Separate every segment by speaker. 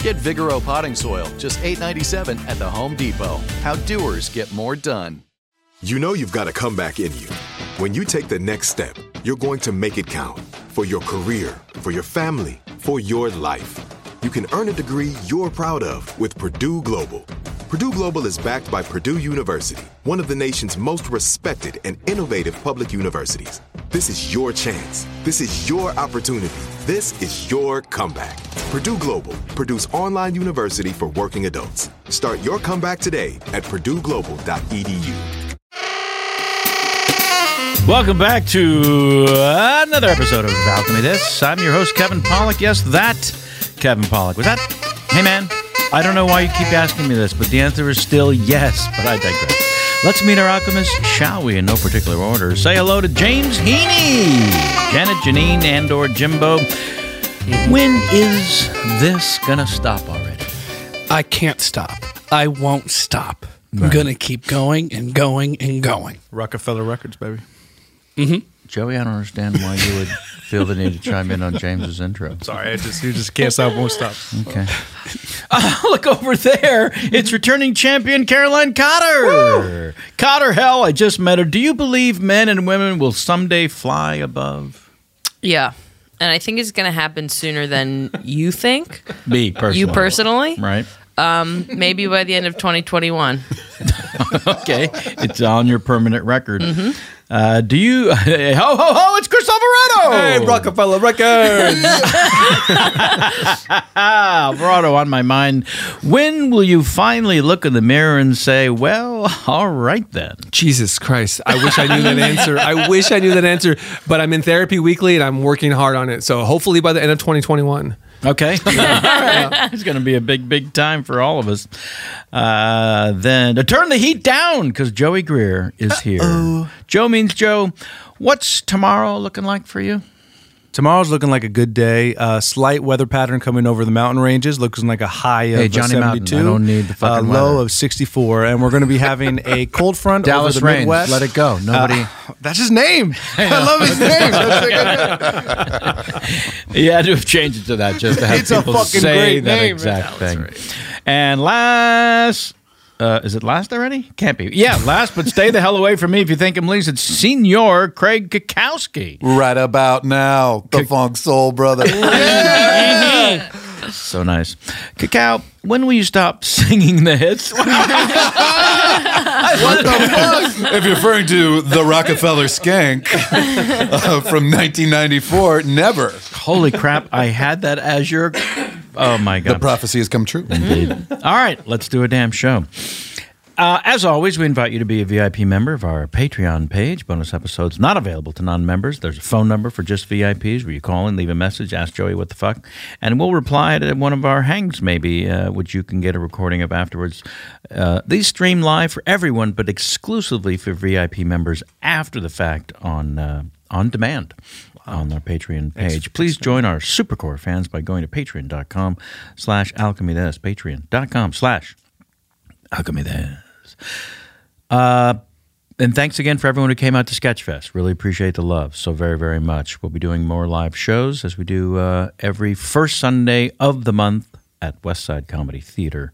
Speaker 1: Get Vigoro potting soil, just $8.97 at the Home Depot. How doers get more done.
Speaker 2: You know you've got a comeback in you. When you take the next step, you're going to make it count for your career, for your family, for your life. You can earn a degree you're proud of with Purdue Global. Purdue Global is backed by Purdue University, one of the nation's most respected and innovative public universities. This is your chance. This is your opportunity. This is your comeback. Purdue Global, Purdue's online university for working adults. Start your comeback today at purdueglobal.edu.
Speaker 3: Welcome back to another episode of Alchemy This. I'm your host, Kevin Pollock. Yes, that Kevin Pollock. Was that? Hey, man, I don't know why you keep asking me this, but the answer is still yes, but I digress. Let's meet our alchemist, shall we, in no particular order. Say hello to James Heaney, Janet Janine, and or Jimbo. When is this gonna stop already?
Speaker 4: I can't stop. I won't stop. I'm going to keep going and going and going.
Speaker 5: Rockefeller Records, baby. Mm-hmm.
Speaker 3: Joey, I don't understand why you would feel the need to chime in on James's intro.
Speaker 5: Sorry, I just you just can't stop, won't stop.
Speaker 3: Okay. Look over there. It's returning champion Caroline Cotter. Cotter, hell, I just met her. Do you believe men and women will someday fly above?
Speaker 6: Yeah. And I think it's going to happen sooner than you think.
Speaker 3: Me personally.
Speaker 6: You personally?
Speaker 3: Right.
Speaker 6: Maybe by the end of 2021.
Speaker 3: Okay. It's on your permanent record.
Speaker 6: Mm-hmm.
Speaker 3: Uh, do you? ho, ho, ho. It's Chris Alvarado.
Speaker 5: Hey, Rockefeller Records.
Speaker 3: Alvarado on my mind. When will you finally look in the mirror and say, well, all right then?
Speaker 5: Jesus Christ. I wish I knew that answer. I wish I knew that answer. But I'm in therapy weekly and I'm working hard on it. So hopefully by the end of 2021.
Speaker 3: Okay. It's going to be a big, big time for all of us. Uh, then to turn the heat down because Joey Greer is here. Joe means Joe. What's tomorrow looking like for you?
Speaker 5: Tomorrow's looking like a good day. Uh, slight weather pattern coming over the mountain ranges. Looking like a high of
Speaker 3: Hey, Johnny Mountain,
Speaker 5: 72.
Speaker 3: I don't need the fucking
Speaker 5: uh, low
Speaker 3: weather.
Speaker 5: of 64. And we're going to be having a cold front
Speaker 3: Dallas
Speaker 5: over the
Speaker 3: Reigns.
Speaker 5: Midwest. Uh,
Speaker 3: Let it go. Nobody.
Speaker 5: That's his name. I love his name. That's like a-
Speaker 3: you had to have changed it to that just to have
Speaker 5: It's a
Speaker 3: people
Speaker 5: fucking
Speaker 3: say
Speaker 5: great
Speaker 3: that
Speaker 5: name.
Speaker 3: exact thing. And last, uh, is it last already? Can't be. Yeah, last, but stay the hell away from me if you think I'm least. It's Senior Craig Kakowski.
Speaker 7: Right about now, the Funk Soul Brother.
Speaker 3: So nice. Kakao, when will you stop singing the hits?
Speaker 7: what the fuck? If you're referring to the Rockefeller Skank uh, from 1994, never.
Speaker 3: Holy crap, I had that as your. Oh my
Speaker 7: The
Speaker 3: God.
Speaker 7: prophecy has come true.
Speaker 3: All right, let's do a damn show. Uh, as always, we invite you to be a VIP member of our Patreon page. Bonus episodes not available to non members. There's a phone number for just VIPs where you call and leave a message, ask Joey what the fuck, and we'll reply to one of our hangs, maybe, uh, which you can get a recording of afterwards. Uh, these stream live for everyone, but exclusively for VIP members after the fact on, uh, on demand on our Patreon page. Please join our Supercore fans by going to patreon.com slash alchemy. That's patreon.com slash alchemy. That's. Uh, and thanks again for everyone who came out to Sketchfest. Really appreciate the love so very, very much. We'll be doing more live shows as we do uh, every first Sunday of the month at Westside Comedy Theater.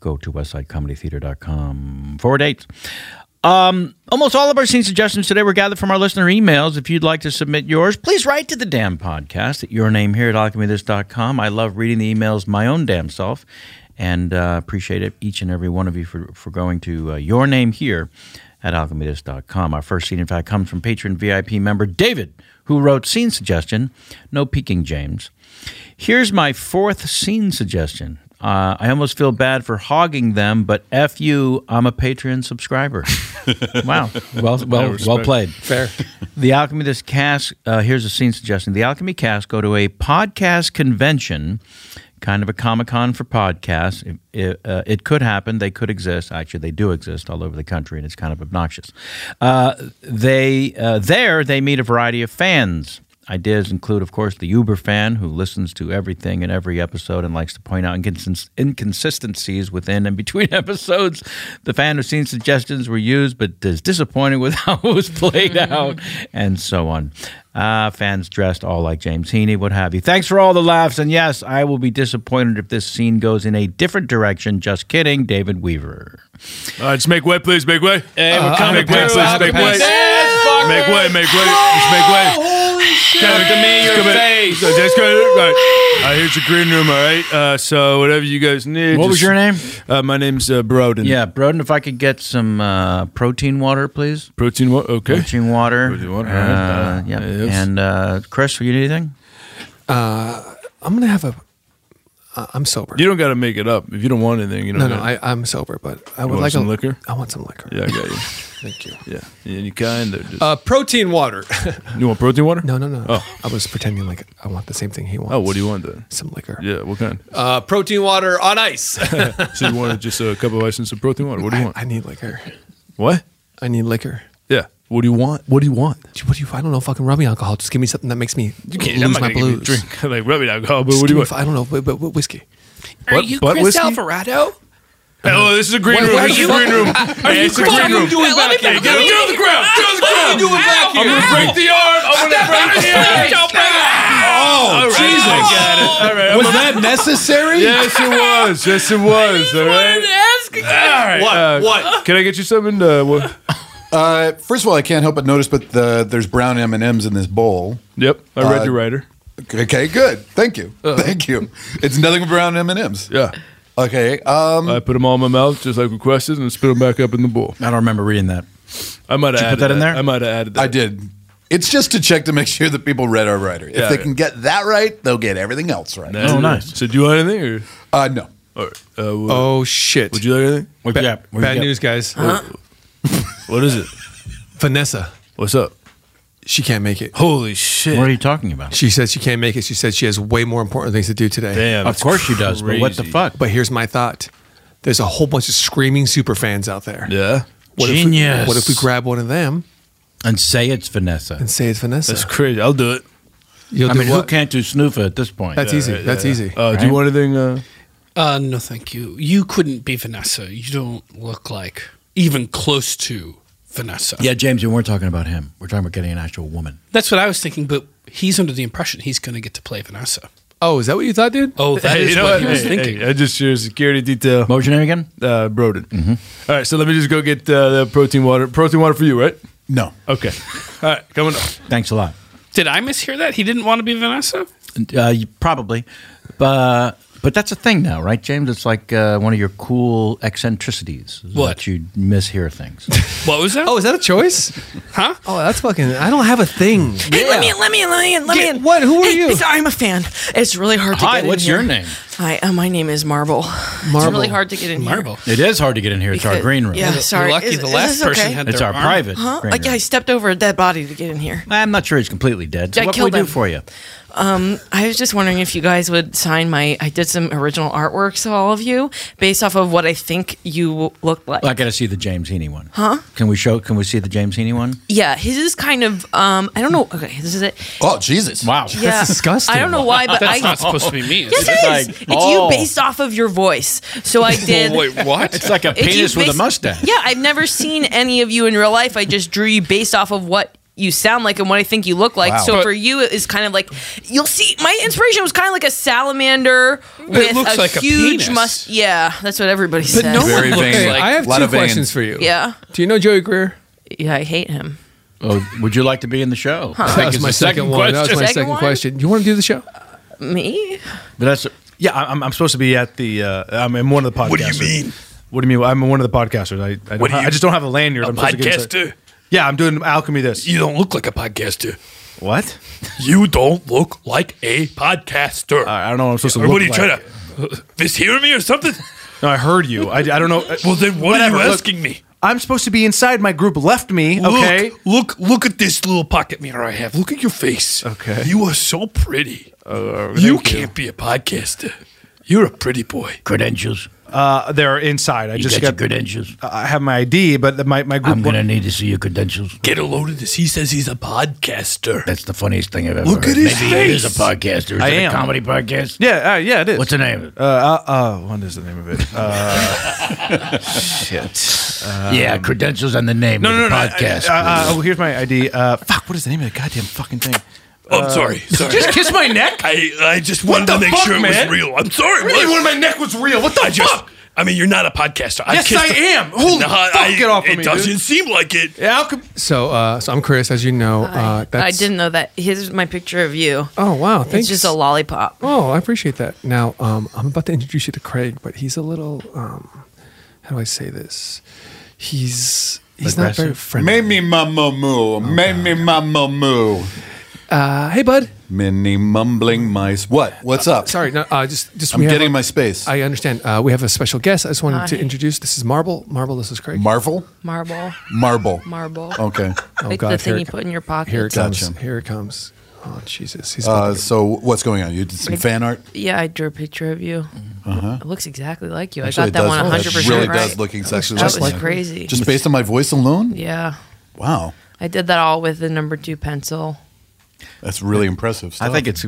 Speaker 3: Go to westsidecomedytheater.com forward dates. Um, almost all of our scene suggestions today were gathered from our listener emails. If you'd like to submit yours, please write to the damn podcast at your name here at alchemythis.com. I love reading the emails my own damn self and uh, appreciate it, each and every one of you for, for going to uh, your name here at alchemythis.com. Our first scene, in fact, comes from patron VIP member David, who wrote scene suggestion, no peeking James. Here's my fourth scene suggestion. Uh, I almost feel bad for hogging them, but F you, I'm a Patreon subscriber. wow. Well, well, well played. Fair. The Alchemy This Cast, uh, here's a scene suggestion. The Alchemy Cast go to a podcast convention, kind of a Comic Con for podcasts. It, it, uh, it could happen. They could exist. Actually, they do exist all over the country, and it's kind of obnoxious. Uh, they uh, There, they meet a variety of fans. Ideas include, of course, the Uber fan who listens to everything in every episode and likes to point out inconsist- inconsistencies within and between episodes. The fan who's seen suggestions were used but is disappointed with how it was played out, and so on. Uh, fans dressed all like James Heaney, what have you. Thanks for all the laughs. And yes, I will be disappointed if this scene goes in a different direction. Just kidding, David Weaver.
Speaker 8: All right, just make way, please. Make way. Hey,
Speaker 3: we're coming,
Speaker 8: Make way,
Speaker 3: please.
Speaker 8: please. Make way. Make way. Make way. Just make way. Come to me, your face. Just go. All right. All right, here's your green room. All right. Uh, so whatever you guys need.
Speaker 3: What was
Speaker 8: just-
Speaker 3: your name?
Speaker 8: Uh, my name's uh, Broden.
Speaker 3: Yeah, Broden, if I could get some uh, protein water, please.
Speaker 8: Protein water. Okay.
Speaker 3: Protein water.
Speaker 8: Protein water, all right.
Speaker 3: Uh, yeah.
Speaker 8: Yes.
Speaker 3: And uh, Chris, will you need anything?
Speaker 5: I'm gonna have a. Uh, I'm sober.
Speaker 8: You don't got to make it up. If you don't want anything, you don't.
Speaker 5: no, no,
Speaker 8: gotta-
Speaker 5: I, I'm sober, but I would
Speaker 8: want
Speaker 5: like
Speaker 8: some
Speaker 5: a
Speaker 8: liquor?
Speaker 5: I want some liquor.
Speaker 8: Yeah, I got you.
Speaker 5: Thank you.
Speaker 8: Yeah. Any kind. Or just,
Speaker 5: Uh, protein water.
Speaker 8: you want protein water?
Speaker 5: no, no, no.
Speaker 8: Oh.
Speaker 5: I was pretending like I want the same thing he wants.
Speaker 8: Oh, what do you want then?
Speaker 5: Some liquor.
Speaker 8: Yeah. What kind?
Speaker 5: Uh, protein water on ice.
Speaker 8: so you wanted just a cup of ice and some protein water. What do you
Speaker 5: I,
Speaker 8: want?
Speaker 5: I need liquor.
Speaker 8: what?
Speaker 5: I need liquor.
Speaker 8: Yeah. What do you want? What do you want?
Speaker 5: Dude, What do you? I don't know. Fucking rubbing alcohol. Just give me something that makes me
Speaker 8: You can't. I'm
Speaker 5: lose
Speaker 8: not
Speaker 5: my
Speaker 8: gonna give you a
Speaker 5: blues.
Speaker 8: Drink like rubbing alcohol, but
Speaker 5: Just
Speaker 8: what do
Speaker 5: give
Speaker 8: you
Speaker 5: me-
Speaker 8: want?
Speaker 5: I don't know. But, but, but whiskey.
Speaker 8: Are
Speaker 6: you Chris Alvarado?
Speaker 8: Hey, oh, this is a green
Speaker 5: What-
Speaker 8: room.
Speaker 5: what
Speaker 8: This is
Speaker 5: are
Speaker 8: a
Speaker 5: you-
Speaker 8: green room. Hey, it's a green room.
Speaker 6: Wait, let me
Speaker 8: Hey, get,
Speaker 6: back- let
Speaker 8: get
Speaker 6: me-
Speaker 8: on the ground. Get on the ground.
Speaker 5: back
Speaker 8: I'm gonna break the arm. I'm gonna break the arm. Oh, Jesus! All right.
Speaker 7: Was that necessary?
Speaker 8: Yes, it was. Yes, it was. All
Speaker 6: wanted to
Speaker 8: right.
Speaker 6: ask
Speaker 8: All right.
Speaker 7: What?
Speaker 8: uh,
Speaker 7: What?
Speaker 8: Can I get you something? Uh, what?
Speaker 7: Uh, first of all, I can't help but notice, but the, there's brown M and M's in this bowl.
Speaker 8: Yep. I read
Speaker 7: Uh,
Speaker 8: your writer. Uh-huh.
Speaker 7: Okay, good. Thank you. Thank you. It's nothing but brown M and M's.
Speaker 8: Yeah.
Speaker 7: Okay. Um,
Speaker 8: I put them all in my mouth, just like requested, and spit them back up in the bowl.
Speaker 3: I don't remember reading that.
Speaker 8: I might have
Speaker 3: Did you put
Speaker 8: added
Speaker 3: that in there?
Speaker 8: I might have added that.
Speaker 7: I did. It's just to check to make sure that people read our writer. If
Speaker 8: Yeah,
Speaker 7: they
Speaker 8: yeah.
Speaker 7: can get that right, they'll get everything else right.
Speaker 8: That
Speaker 3: Oh,
Speaker 8: is-
Speaker 3: nice.
Speaker 8: So, do you want anything? Or,
Speaker 7: Uh, no.
Speaker 8: all right, uh, what,
Speaker 5: Oh shit.
Speaker 8: Would you like anything?
Speaker 3: What you got? What you
Speaker 5: Bad
Speaker 3: got?
Speaker 5: news, guys.
Speaker 8: What is it?
Speaker 5: Vanessa.
Speaker 8: What's up?
Speaker 5: She can't make it.
Speaker 8: Holy shit!
Speaker 3: What are you talking about?
Speaker 5: She said she can't make it. She said she has way more important things to do today.
Speaker 8: Damn.
Speaker 3: of course she does, but what the
Speaker 8: crazy.
Speaker 3: fuck?
Speaker 5: But here's my thought. There's a whole bunch of screaming super fans out there.
Speaker 8: Yeah.
Speaker 5: What If
Speaker 3: Genius.
Speaker 5: we, what if we grab one of them
Speaker 3: And say it's Vanessa.
Speaker 5: and say it's Vanessa?
Speaker 8: That's crazy. I'll do it.
Speaker 5: You'll
Speaker 3: I
Speaker 5: do
Speaker 3: mean, who
Speaker 5: what?
Speaker 3: can't do snoofa at this point?
Speaker 5: That's easy. That's easy.
Speaker 8: Uh, Do you want anything? Uh,
Speaker 4: Uh, no, thank you. You couldn't be Vanessa. You don't look like even close to Vanessa.
Speaker 3: yeah, James, we weren't talking about him. We're talking about getting an actual woman.
Speaker 4: That's what I was thinking, but he's under the impression he's going to get to play Vanessa.
Speaker 5: Oh, is that what you thought, dude?
Speaker 4: Oh,
Speaker 5: that
Speaker 8: Hey,
Speaker 5: is
Speaker 8: you know
Speaker 5: what he
Speaker 8: what?
Speaker 5: was
Speaker 8: Hey,
Speaker 5: thinking.
Speaker 8: hey, I just your security detail.
Speaker 3: What was your name again?
Speaker 8: Uh, Broden. All right, so let me just go get uh, the protein water. Protein water for you, right?
Speaker 7: No.
Speaker 8: Okay. All right, coming up.
Speaker 3: Thanks a lot.
Speaker 4: Did I mishear that? He didn't want to be Vanessa?
Speaker 3: Uh, you, probably, but but that's a thing now, right, James? It's like uh, one of your cool eccentricities. is
Speaker 4: What?
Speaker 3: that you mishear things?
Speaker 4: What was that?
Speaker 5: Oh, is that a choice?
Speaker 4: Huh?
Speaker 5: Oh, that's fucking. I don't have a thing.
Speaker 6: Hey, let me in, let me in, let me in, let me in.
Speaker 5: What? Who are
Speaker 6: Hey,
Speaker 5: you?
Speaker 6: it's- I'm a fan. It's really hard to
Speaker 3: Hi,
Speaker 6: get in
Speaker 3: what's
Speaker 6: here.
Speaker 3: your name?
Speaker 6: Hi, uh, my name is Marble. It's
Speaker 3: Marble.
Speaker 6: really hard to get in
Speaker 4: Marble.
Speaker 3: It is hard to get in here. It's our
Speaker 6: Because-
Speaker 3: green room.
Speaker 6: yeah, sorry.
Speaker 4: lucky
Speaker 6: Is-
Speaker 4: the
Speaker 6: is
Speaker 4: last
Speaker 6: this
Speaker 4: person
Speaker 6: okay?
Speaker 4: had
Speaker 3: It's
Speaker 4: their
Speaker 3: our
Speaker 4: arm.
Speaker 3: private
Speaker 6: Huh?
Speaker 3: green
Speaker 6: Like,
Speaker 3: room.
Speaker 6: I stepped over a dead body to get in here.
Speaker 3: I'm not sure he's completely dead. So
Speaker 6: I
Speaker 3: what can we
Speaker 6: killed
Speaker 3: do
Speaker 6: him.
Speaker 3: for you?
Speaker 6: Um, I was just wondering if you guys would sign my. I did some original artwork to all of you based off of what I think you looked like.
Speaker 3: I got to see the James Heaney one. Huh? Can we show? Can we see the James Heaney one?
Speaker 6: yeah, his is kind of. Um, I don't know. Okay, this is it.
Speaker 7: Oh, Jesus.
Speaker 3: Wow,
Speaker 6: Yeah, I don't know why, but
Speaker 4: That's
Speaker 6: I.
Speaker 4: not supposed to be me. it?
Speaker 6: Yes, it is.
Speaker 3: like-
Speaker 6: it's
Speaker 3: Oh.
Speaker 6: you based off of your voice. So I did.
Speaker 4: Wait, what?
Speaker 3: It's like a
Speaker 6: If you
Speaker 3: penis with a
Speaker 6: base-
Speaker 3: mustache.
Speaker 6: Yeah, I've never seen any of you in real life. I just drew you based off of what you sound like and what I think you look like.
Speaker 7: Wow.
Speaker 6: So
Speaker 4: But-
Speaker 6: for you, it's kind of like you'll see. My inspiration was kind of like a salamander with
Speaker 4: looks
Speaker 6: a
Speaker 4: like a
Speaker 6: huge
Speaker 4: penis.
Speaker 6: must. Yeah, that's what everybody
Speaker 5: But
Speaker 6: says.
Speaker 5: no one
Speaker 7: Very
Speaker 5: looks
Speaker 7: vain.
Speaker 5: like. I have
Speaker 7: Lot
Speaker 5: two
Speaker 7: of veins.
Speaker 5: questions for you.
Speaker 6: Yeah,
Speaker 5: Do you know Joey Greer?
Speaker 6: yeah, I hate him.
Speaker 3: Oh, would you like to be in the show? I think
Speaker 5: That was
Speaker 3: it's
Speaker 5: my
Speaker 3: the
Speaker 5: second, one. That was
Speaker 6: question.
Speaker 5: my
Speaker 6: Second
Speaker 5: second
Speaker 6: one?
Speaker 5: question. You want to do the show?
Speaker 6: Me?
Speaker 3: But that's
Speaker 8: Yeah, I- I'm, I'm supposed to be at the. Uh, I'm in one of the podcasters.
Speaker 7: What do you mean?
Speaker 8: What do you mean? I'm one of the podcasters. I I, don't
Speaker 4: do
Speaker 8: ha-
Speaker 4: you-
Speaker 8: I just don't have a lanyard.
Speaker 4: A
Speaker 8: I'm supposed to get inside.
Speaker 4: podcaster?
Speaker 8: Yeah, I'm doing alchemy. This.
Speaker 4: You don't look like a podcaster.
Speaker 8: what?
Speaker 4: You don't look like a podcaster.
Speaker 8: I I don't know. What I'm supposed
Speaker 4: or
Speaker 8: to. Look
Speaker 4: what are you
Speaker 8: like.
Speaker 4: trying to mishear me or something?
Speaker 8: No, I heard you. I, I don't know.
Speaker 4: Well, then what
Speaker 8: Whatever,
Speaker 4: are you
Speaker 8: look,
Speaker 4: asking me?
Speaker 8: I'm supposed to be inside. My group left me. Okay.
Speaker 4: Look, look, look at this little pocket mirror I have. Look at your face.
Speaker 8: Okay. Oh,
Speaker 4: You are so pretty.
Speaker 8: thank
Speaker 4: you
Speaker 8: you.
Speaker 4: can't be a podcaster. You're a pretty boy.
Speaker 3: credentials.
Speaker 8: Uh, they're inside. I just got.
Speaker 3: credentials.
Speaker 8: I have my ID, but the- my my group.
Speaker 3: need to see your credentials.
Speaker 4: Get a load of this. He says he's a podcaster.
Speaker 3: That's the funniest thing I've ever
Speaker 4: Look at his face.
Speaker 3: podcaster. Is
Speaker 8: I am.
Speaker 3: podcast?
Speaker 8: yeah, uh, yeah, it is.
Speaker 3: What's the name of it?
Speaker 8: Uh, uh, uh, what is the name of it? Uh, shit.
Speaker 3: yeah, credentials and the name
Speaker 8: No,
Speaker 3: of
Speaker 8: no,
Speaker 3: the
Speaker 8: no.
Speaker 3: podcast.
Speaker 8: I- I- uh, uh, oh, here's my ID. Uh, fuck, what is the name of the goddamn fucking thing? Uh,
Speaker 4: Oh, I'm sorry. Sorry.
Speaker 8: Just kiss my neck?
Speaker 4: I, I just wanted
Speaker 8: the
Speaker 4: to make
Speaker 8: fuck,
Speaker 4: sure it
Speaker 8: man?
Speaker 4: was real. I'm sorry. it
Speaker 8: Really?
Speaker 4: was.
Speaker 8: When my neck was real. What the
Speaker 4: I just.
Speaker 8: fuck?
Speaker 4: I mean, you're not a podcaster. I
Speaker 8: Yes,
Speaker 4: kissed
Speaker 8: I
Speaker 4: the-
Speaker 8: am. Holy
Speaker 4: Nah,
Speaker 8: fuck,
Speaker 4: I-
Speaker 8: get off of
Speaker 4: it
Speaker 8: me,
Speaker 4: doesn't
Speaker 8: dude.
Speaker 4: seem like it.
Speaker 8: Yeah, how come-
Speaker 5: So, uh, so I'm Chris, as you know. Uh, that's,
Speaker 6: I didn't know that. Here's my picture of you.
Speaker 5: Oh wow,
Speaker 6: it's
Speaker 5: thanks.
Speaker 6: just a lollipop.
Speaker 5: Oh, I appreciate that. Now, um, I'm about to introduce you to Craig, but he's a little. Um, how do I say this? He's he's not very
Speaker 3: Aggressive?
Speaker 5: friendly. Oh,
Speaker 7: Made me mama moo. Made me mama moo.
Speaker 5: Uh, hey, bud.
Speaker 7: Many mumbling mice. What? What's up?
Speaker 5: Sorry, no, uh, just just.
Speaker 7: I'm
Speaker 5: we have
Speaker 7: getting
Speaker 5: a-
Speaker 7: my space.
Speaker 5: I understand. Uh, we have a special guest. I just wanted to
Speaker 6: Hi.
Speaker 5: introduce. This is Marble. Marble. This is Craig.
Speaker 7: Marvel?
Speaker 6: Marble,
Speaker 7: Marble.
Speaker 6: marble.
Speaker 7: Okay.
Speaker 6: Like
Speaker 5: Oh, God, here
Speaker 6: the thing you
Speaker 5: it-
Speaker 6: put in your pocket.
Speaker 5: Here it comes.
Speaker 7: Gotcha.
Speaker 5: Here it comes. Oh Jesus, he's.
Speaker 7: Uh,
Speaker 5: about to-
Speaker 7: so what's going on? You did some fan art? Uh-huh.
Speaker 6: Yeah, I drew a picture of you. It looks exactly like you.
Speaker 7: Actually,
Speaker 6: I
Speaker 7: it
Speaker 6: got
Speaker 7: does-
Speaker 6: that one
Speaker 7: that
Speaker 6: 100 percent
Speaker 7: really
Speaker 6: right.
Speaker 7: does look exactly
Speaker 6: that was
Speaker 7: like me.
Speaker 6: crazy.
Speaker 7: Just based on my voice alone?
Speaker 6: yeah,
Speaker 7: Wow.
Speaker 6: I did that all with the number two pencil.
Speaker 7: That's really impressive
Speaker 3: I
Speaker 7: stuff.
Speaker 3: think it's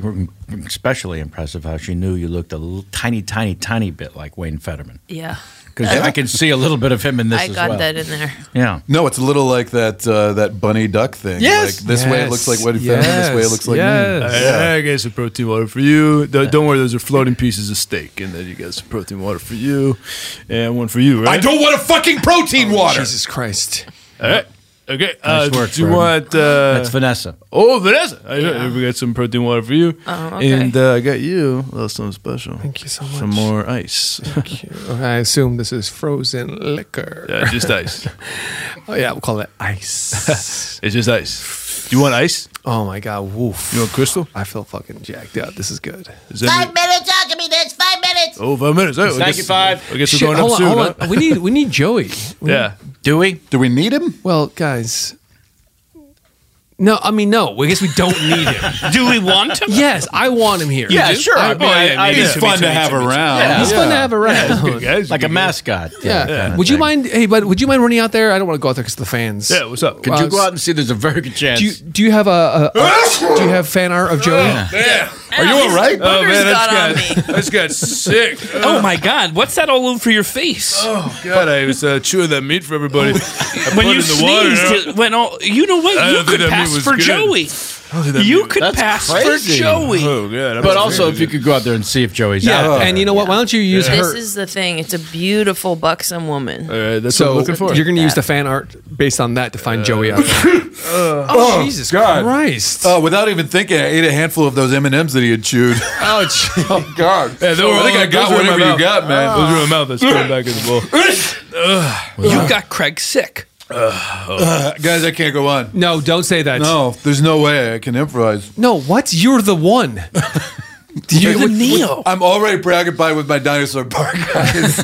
Speaker 3: especially impressive how she knew you looked a little, tiny, tiny, tiny bit like Wayne Fetterman.
Speaker 6: Yeah,
Speaker 3: Because I can see a little bit of him in this
Speaker 6: I
Speaker 3: as
Speaker 6: got
Speaker 3: well.
Speaker 6: that in there.
Speaker 3: Yeah.
Speaker 7: No, it's a little like that uh, that bunny duck thing.
Speaker 3: Yes.
Speaker 7: Like this way it looks like what he found, and this way it looks like
Speaker 5: Yes.
Speaker 7: me.
Speaker 5: Yes.
Speaker 7: Yeah.
Speaker 8: I got some protein water for you. Th- Don't worry, those are floating pieces of steak. And then you got some protein water for you, and one for you,
Speaker 7: I
Speaker 8: right?
Speaker 7: don't want a fucking protein water.
Speaker 5: Jesus Christ.
Speaker 8: All right. Okay. Uh,
Speaker 3: Nice work,
Speaker 8: do you
Speaker 3: Jordan.
Speaker 8: want? Uh,
Speaker 3: That's Vanessa.
Speaker 8: oh, Vanessa. I- We got some protein water for you,
Speaker 6: Oh, okay.
Speaker 8: and uh, I got you a little something special.
Speaker 5: Thank you so
Speaker 8: Some
Speaker 5: much.
Speaker 8: more ice.
Speaker 5: Thank you. I assume this is frozen liquor.
Speaker 8: yeah, just ice.
Speaker 5: Oh yeah, we'll call it ice.
Speaker 8: It's just ice. Do you want ice?
Speaker 5: oh my god, woof.
Speaker 8: You want crystal?
Speaker 5: I feel fucking jacked up. This is good.
Speaker 8: Is that any-
Speaker 9: minutes, alchemy. That's five minutes.
Speaker 8: Oh, five minutes. All right,
Speaker 3: Thank you, five.
Speaker 8: I guess
Speaker 5: Shit,
Speaker 8: we're going up
Speaker 5: hold
Speaker 8: soon.
Speaker 5: on, hold
Speaker 8: huh?
Speaker 5: on. We need we need Joey. We-
Speaker 8: Yeah.
Speaker 3: Do we?
Speaker 7: Do we need him?
Speaker 5: Well, guys. No, I mean no. I guess we don't need him.
Speaker 4: Do we want him?
Speaker 5: yes, I want him here.
Speaker 3: Yeah,
Speaker 5: You do?
Speaker 3: sure.
Speaker 5: I,
Speaker 3: I mean, I- I-
Speaker 7: He's fun to have around.
Speaker 5: He's fun to have around. Yeah.
Speaker 8: Guys,
Speaker 3: Like a mascot. kinda
Speaker 5: Would you
Speaker 3: thing.
Speaker 5: mind? Hey, bud. Would you mind running out there? I don't want to go out there because the fans. Uh,
Speaker 8: Yeah, what's up?
Speaker 3: Could you go out and see? There's a very good chance.
Speaker 5: Do you, do you have a, a, a do you have fan art of Joey?
Speaker 7: Are you all right?
Speaker 6: Boogers got on me.
Speaker 8: Oh, that's got sick.
Speaker 4: Oh my God! What's that all over your face?
Speaker 8: Oh god, I was uh, chewing that meat for everybody. I put
Speaker 4: when you
Speaker 8: it in the water,
Speaker 4: sneezed,
Speaker 8: you know?
Speaker 4: it went all. You know what?
Speaker 8: I
Speaker 4: You
Speaker 8: don't think
Speaker 4: could
Speaker 8: that meat
Speaker 4: pass
Speaker 8: was
Speaker 4: for
Speaker 8: good.
Speaker 4: Joey. you could pass for Joey.
Speaker 8: Oh,
Speaker 3: Oh, but also, if you could go out there and see if Joey's
Speaker 5: Yeah,
Speaker 3: out there.
Speaker 5: and you know what? Why don't you use
Speaker 6: this
Speaker 5: her?
Speaker 6: is the thing. It's a beautiful buxom woman.
Speaker 5: so You're going to use
Speaker 6: That.
Speaker 5: the fan art based on that to find Joey out.
Speaker 7: Uh, Oh,
Speaker 5: Jesus
Speaker 7: Christ! Uh, without even thinking, I ate a handful of those M and M's that he had chewed.
Speaker 8: Ouch.
Speaker 7: oh, God.
Speaker 8: Yeah, they were
Speaker 7: I think
Speaker 8: all-
Speaker 7: I got
Speaker 8: those were in my
Speaker 7: whatever you
Speaker 8: mouth.
Speaker 7: got, man.
Speaker 8: Those were in my mouth. I spit 'em back in the bowl.
Speaker 4: You got Craig sick.
Speaker 3: Oh.
Speaker 7: Uh, guys, I can't go on.
Speaker 5: No, don't say that.
Speaker 7: No, there's no way I can improvise.
Speaker 5: No, what? You're the one.
Speaker 7: You're the Neo. I'm already preoccupied with my dinosaur park, guys.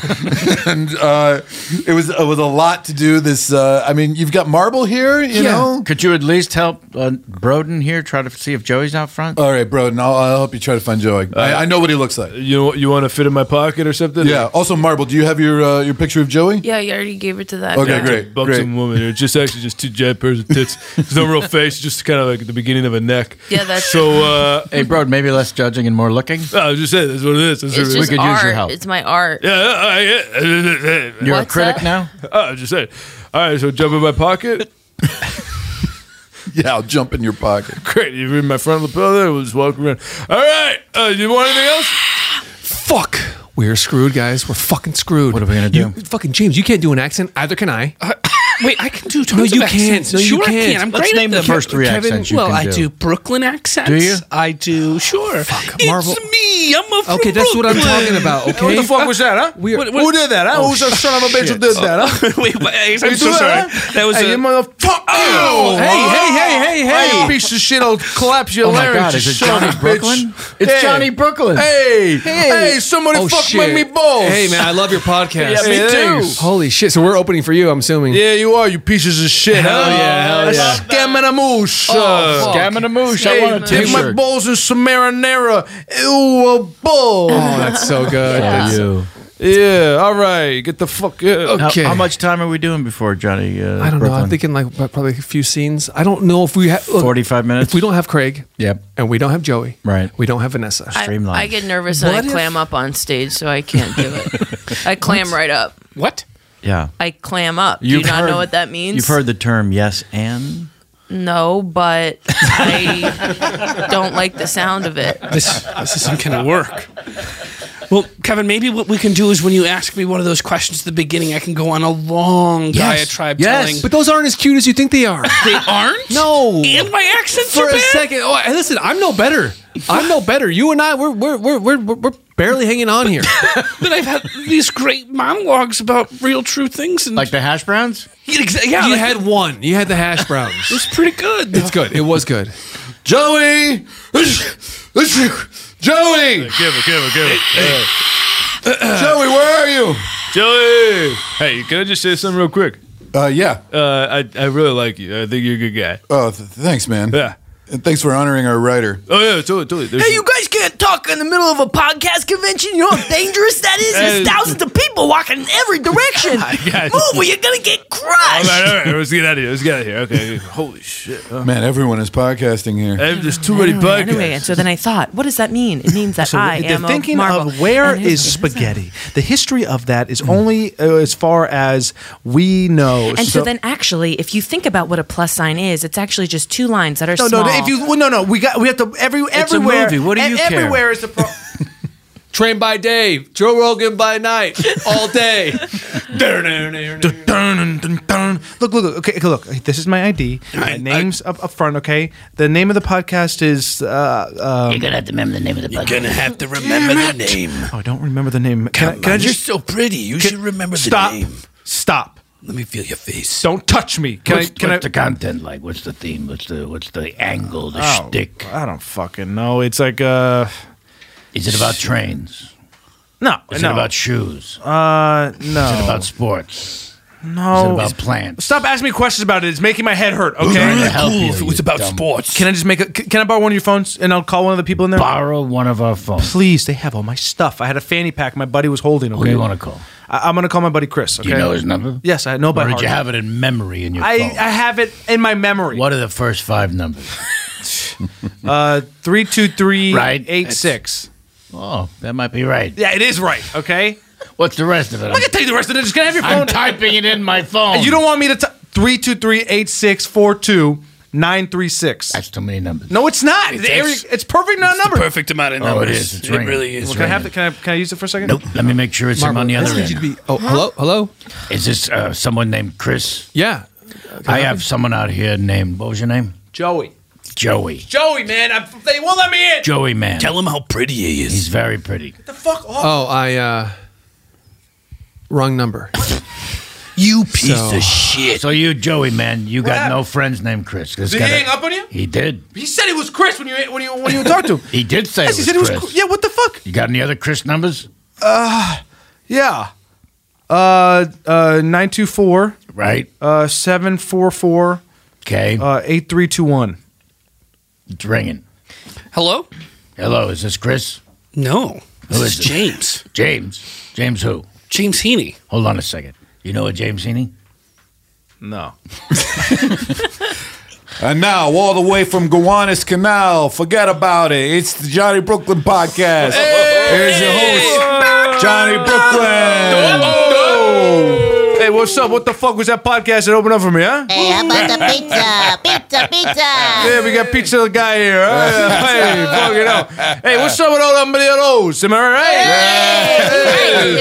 Speaker 7: and uh, it was it was a lot to do. This, uh, I mean, you've got marble here, you know.
Speaker 3: Could you at least help uh, Broden here try to see if Joey's out front? Uh,
Speaker 7: All right, Broden, I'll, I'll help you try to find Joey. I, I know what he looks like.
Speaker 8: You you want to fit in my pocket or something?
Speaker 7: Yeah. Also, marble. Do you have your uh, your picture of Joey?
Speaker 6: Yeah, you already gave it to that.
Speaker 7: Okay,
Speaker 6: guy.
Speaker 7: great.
Speaker 8: Buxom woman. It's just actually just two giant pairs of tits. There's no real face, just kind of like at the beginning of a neck.
Speaker 6: Yeah, that's-
Speaker 8: so. Uh,
Speaker 3: hey, bro, maybe less judging and more looking.
Speaker 8: I was just saying, that's what it is. That's
Speaker 6: It's
Speaker 8: what it
Speaker 6: just
Speaker 8: is.
Speaker 6: art. It's my art.
Speaker 8: Yeah, I, yeah.
Speaker 6: You're a What's critic that? now?
Speaker 8: Oh, I was just saying. All right, so jump in my pocket.
Speaker 7: yeah, I'll jump in your pocket.
Speaker 8: Great, you're in my front lapel there. We'll just walk around. All right, uh, you want anything else?
Speaker 5: Fuck. We're screwed, guys. We're fucking screwed. What are we
Speaker 3: gonna
Speaker 5: do? fucking James, you can't do an accent. Either can I.
Speaker 7: Uh,
Speaker 4: Wait, I can do tons
Speaker 5: No, you
Speaker 4: of accents.
Speaker 5: can't. No, you
Speaker 4: sure I
Speaker 5: can't.
Speaker 4: can. I'm
Speaker 5: Let's
Speaker 4: great
Speaker 5: name
Speaker 4: at
Speaker 5: the
Speaker 4: them.
Speaker 5: first three accents you
Speaker 4: well,
Speaker 5: can
Speaker 4: I
Speaker 5: do.
Speaker 4: do Brooklyn accents.
Speaker 5: Do you?
Speaker 4: I do. Sure. Fuck,
Speaker 5: Marvel-
Speaker 4: It's me. I'm a from
Speaker 5: Okay, that's what I'm talking about, okay?
Speaker 4: What the fuck was that, huh?
Speaker 5: What- what- Oh, shit.
Speaker 4: huh? Wait, but, hey, I'm
Speaker 5: You
Speaker 4: so
Speaker 5: do
Speaker 4: sorry.
Speaker 5: that, huh?
Speaker 4: That was
Speaker 5: Hey,
Speaker 4: a...
Speaker 5: you
Speaker 7: motherfucker.
Speaker 4: Oh,
Speaker 5: hey, hey, hey, hey, hey.
Speaker 7: piece of shit. I'll collapse
Speaker 3: Oh my God, is it Johnny Brooklyn? It's Johnny Brooklyn.
Speaker 7: Hey,
Speaker 5: Hey. Oh, shit. Hey, man, I love your podcast.
Speaker 7: Yeah, me Hey, too. thanks.
Speaker 5: Holy shit. So we're opening for you, I'm assuming.
Speaker 7: Yeah, you are, you pieces of shit.
Speaker 5: Hell
Speaker 7: huh?
Speaker 5: yeah, hell
Speaker 7: A
Speaker 5: yeah.
Speaker 7: Scam and a moosh.
Speaker 5: Oh, fuck. Scam and a moosh. I want a
Speaker 7: Take my
Speaker 5: t-shirt.
Speaker 7: balls in some marinara. Ew, a bull.
Speaker 5: Oh, that's so good.
Speaker 3: That's- you.
Speaker 8: Yeah, all right. Get the fuck.
Speaker 3: How-
Speaker 5: Okay.
Speaker 3: How, much time are we doing before Johnny? Uh,
Speaker 5: I don't know.
Speaker 3: Brooklyn?
Speaker 5: I'm thinking like about probably a few scenes. I don't know if we have
Speaker 3: 45 minutes.
Speaker 5: If we don't have Craig,
Speaker 3: Yep.
Speaker 5: and we don't have Joey,
Speaker 3: Right.
Speaker 5: We don't have Vanessa.
Speaker 6: I, I get nervous and
Speaker 5: What
Speaker 6: I
Speaker 5: if-
Speaker 6: clam up on stage, so I can't do it. I clam right up.
Speaker 4: What?
Speaker 3: Yeah.
Speaker 6: I clam up. do
Speaker 3: You've
Speaker 6: you not
Speaker 3: heard-
Speaker 6: know what that means?
Speaker 3: You've heard the term yes and.
Speaker 6: No, but I don't like the sound of it.
Speaker 4: this, this isn't going to work. Well, Kevin, maybe what we can do is when you ask me one of those questions at the beginning, I can go on a long diatribe telling.
Speaker 5: but those aren't as cute as you think they are.
Speaker 4: they aren't?
Speaker 5: No.
Speaker 4: And my accents
Speaker 5: For
Speaker 4: are
Speaker 5: a
Speaker 4: bad?
Speaker 5: second, oh, and listen, I'm no better. I'm no better. You and I, we're we're we're we're, we're we're barely hanging on here.
Speaker 4: But I've had these great monologues about real, true things. and
Speaker 3: Like the hash browns?
Speaker 4: Yeah, exa- yeah,
Speaker 5: you
Speaker 4: like-
Speaker 5: had one. You had the hash browns.
Speaker 4: It was pretty good.
Speaker 5: it's good. It was good.
Speaker 7: Joey! Joey!
Speaker 8: Give it, give it, give it. Yeah.
Speaker 7: Joey, where are you?
Speaker 8: Joey! Hey, can I just say something real quick?
Speaker 7: Uh, yeah.
Speaker 8: Uh, I, I really like you. I think you're a good guy.
Speaker 7: Oh, th- thanks, man.
Speaker 8: Yeah.
Speaker 7: And thanks for honoring our writer.
Speaker 8: Oh, yeah, totally, totally. There's-
Speaker 10: Hey, you guys can't talk in the middle of a podcast convention. You know how dangerous that is?
Speaker 8: Hey.
Speaker 10: There's thousands of people walking in every direction.
Speaker 8: guys.
Speaker 10: Move or you're going to get
Speaker 8: All
Speaker 10: crushed.
Speaker 8: right, all right. Let's get out of here. Let's get out of here. Okay. Holy shit. Huh?
Speaker 7: Man, everyone is podcasting here.
Speaker 8: Hey, There's too many
Speaker 6: Anyway,
Speaker 8: podcasts.
Speaker 6: anyway, and so then I thought, what does that mean? It means that I
Speaker 11: they're
Speaker 6: am
Speaker 11: thinking
Speaker 6: a marble.
Speaker 11: of where
Speaker 6: And it
Speaker 11: is spaghetti. The history of that is
Speaker 6: Hmm.
Speaker 11: only uh, as far as we know.
Speaker 6: And so, then, actually, if you think about what a plus sign is, it's actually just two lines that are
Speaker 11: no,
Speaker 6: small.
Speaker 11: no, if you well, no, no, we got we have to every
Speaker 6: It's a
Speaker 11: everywhere.
Speaker 6: movie. What do
Speaker 11: e-
Speaker 6: you care?
Speaker 11: Everywhere is the pro-
Speaker 5: Train by day, Joe Rogan by night, all day.
Speaker 11: Dun, dun, dun, dun. Look, look, look, okay, okay, look. This is my ID. My name's up, up front. Okay, the name of the podcast is. Uh, um,
Speaker 10: You're going to have to remember the name of the podcast.
Speaker 11: gonna
Speaker 4: have to remember the name.
Speaker 11: oh, I don't remember the name. Can, I, can I just
Speaker 4: so pretty. You should remember
Speaker 11: stop? Stop!
Speaker 4: Let me feel your face.
Speaker 11: Don't touch me. Can I? Can I?
Speaker 10: content like? What's the theme? What's the what's the angle? The
Speaker 11: Oh, I don't fucking know. It's like uh
Speaker 10: Is it about trains?
Speaker 11: no, no.
Speaker 10: shoes?
Speaker 11: uh no.
Speaker 10: sports?
Speaker 11: no.
Speaker 10: plants?
Speaker 11: Oh, Stop asking me questions about it. It's making my head hurt. Okay.
Speaker 10: help you,
Speaker 4: if it was
Speaker 10: you
Speaker 4: about
Speaker 10: dumb-
Speaker 4: sports.
Speaker 11: Can I just make a? c- Can I borrow one of your phones and I'll call one of the people in there?
Speaker 10: Borrow one of our phones.
Speaker 11: Please, they have all my stuff. I had a fanny pack my buddy was holding. Okay.
Speaker 10: wanna call?
Speaker 11: I- am gonna call my buddy Chris. Okay.
Speaker 10: number?
Speaker 11: Yes, I know by
Speaker 10: Or did
Speaker 11: heart.
Speaker 10: you have it in memory in your
Speaker 11: I,
Speaker 10: phone?
Speaker 11: I have it in my memory.
Speaker 10: what are the first five numbers?
Speaker 11: Uh, three two three
Speaker 10: Right.
Speaker 11: eight
Speaker 10: That's-
Speaker 11: six.
Speaker 10: Oh, that might be right.
Speaker 11: Yeah, it is right. Okay.
Speaker 10: What's the rest of it?
Speaker 11: I'm not gonna tell you the rest of it. Just gonna have your phone.
Speaker 10: typing it in my phone.
Speaker 11: You don't want me to t- three two three eight six four two 936. That's
Speaker 12: too many numbers.
Speaker 11: No, it's not.
Speaker 12: It
Speaker 11: The area-
Speaker 12: takes-
Speaker 11: it's perfect not number.
Speaker 4: perfect amount of
Speaker 12: Oh, it numbers. is. It's It ringing. really is
Speaker 11: Well, can, I
Speaker 12: ringing.
Speaker 11: have the, can, I, can I use it for a second?
Speaker 12: Nope. Let me make sure it's him
Speaker 11: Marvel,
Speaker 12: on the
Speaker 11: this
Speaker 12: other
Speaker 11: needs
Speaker 12: end.
Speaker 11: you to
Speaker 5: oh, hello, hello.
Speaker 12: Is this uh, someone named Chris?
Speaker 5: Yeah.
Speaker 12: I have someone out here named what was your name?
Speaker 5: Joey.
Speaker 12: Joey.
Speaker 5: Joey, man, I'm, they won't let me in.
Speaker 12: Joey, man.
Speaker 5: Tell
Speaker 12: him how pretty he is. He's very pretty.
Speaker 5: the fuck off. Oh, I uh, wrong number.
Speaker 12: You
Speaker 5: piece of
Speaker 12: shit. So you, Joey, man, you got no friends named Chris. This
Speaker 5: Did he
Speaker 12: guy-
Speaker 5: hang up on you?
Speaker 12: He did.
Speaker 5: He said it was Chris when you when you when
Speaker 11: you talked to him.
Speaker 12: He did say
Speaker 11: Yes,
Speaker 12: it was
Speaker 11: he said it was
Speaker 12: Chris.
Speaker 11: Chris. Yeah, what the fuck?
Speaker 12: You got any other Chris numbers?
Speaker 11: Uh, yeah. Uh, uh, 924.
Speaker 12: Right.
Speaker 11: Uh, 744.
Speaker 12: Okay.
Speaker 11: Uh, 8321.
Speaker 12: It's ringing.
Speaker 4: Hello?
Speaker 12: Hello, is this Chris?
Speaker 4: No.
Speaker 12: Who
Speaker 4: this
Speaker 12: is
Speaker 4: is James.
Speaker 12: James. James who?
Speaker 4: James Heaney.
Speaker 12: Hold on a second. You know a James Heaney?
Speaker 11: No.
Speaker 7: And now, all the way from Gowanus Canal, forget about it. It's the Johnny Brooklyn podcast. Here's your host, Johnny Brooklyn.
Speaker 11: Hey, what's up? What the fuck was that podcast that opened up for me, huh?
Speaker 9: Hey, how about the pizza? Pizza, pizza.
Speaker 11: Yeah, we got pizza guy here. all right? Uh, hey, fuck it up. Hey, what's up with all them videos? Am I right? Hey.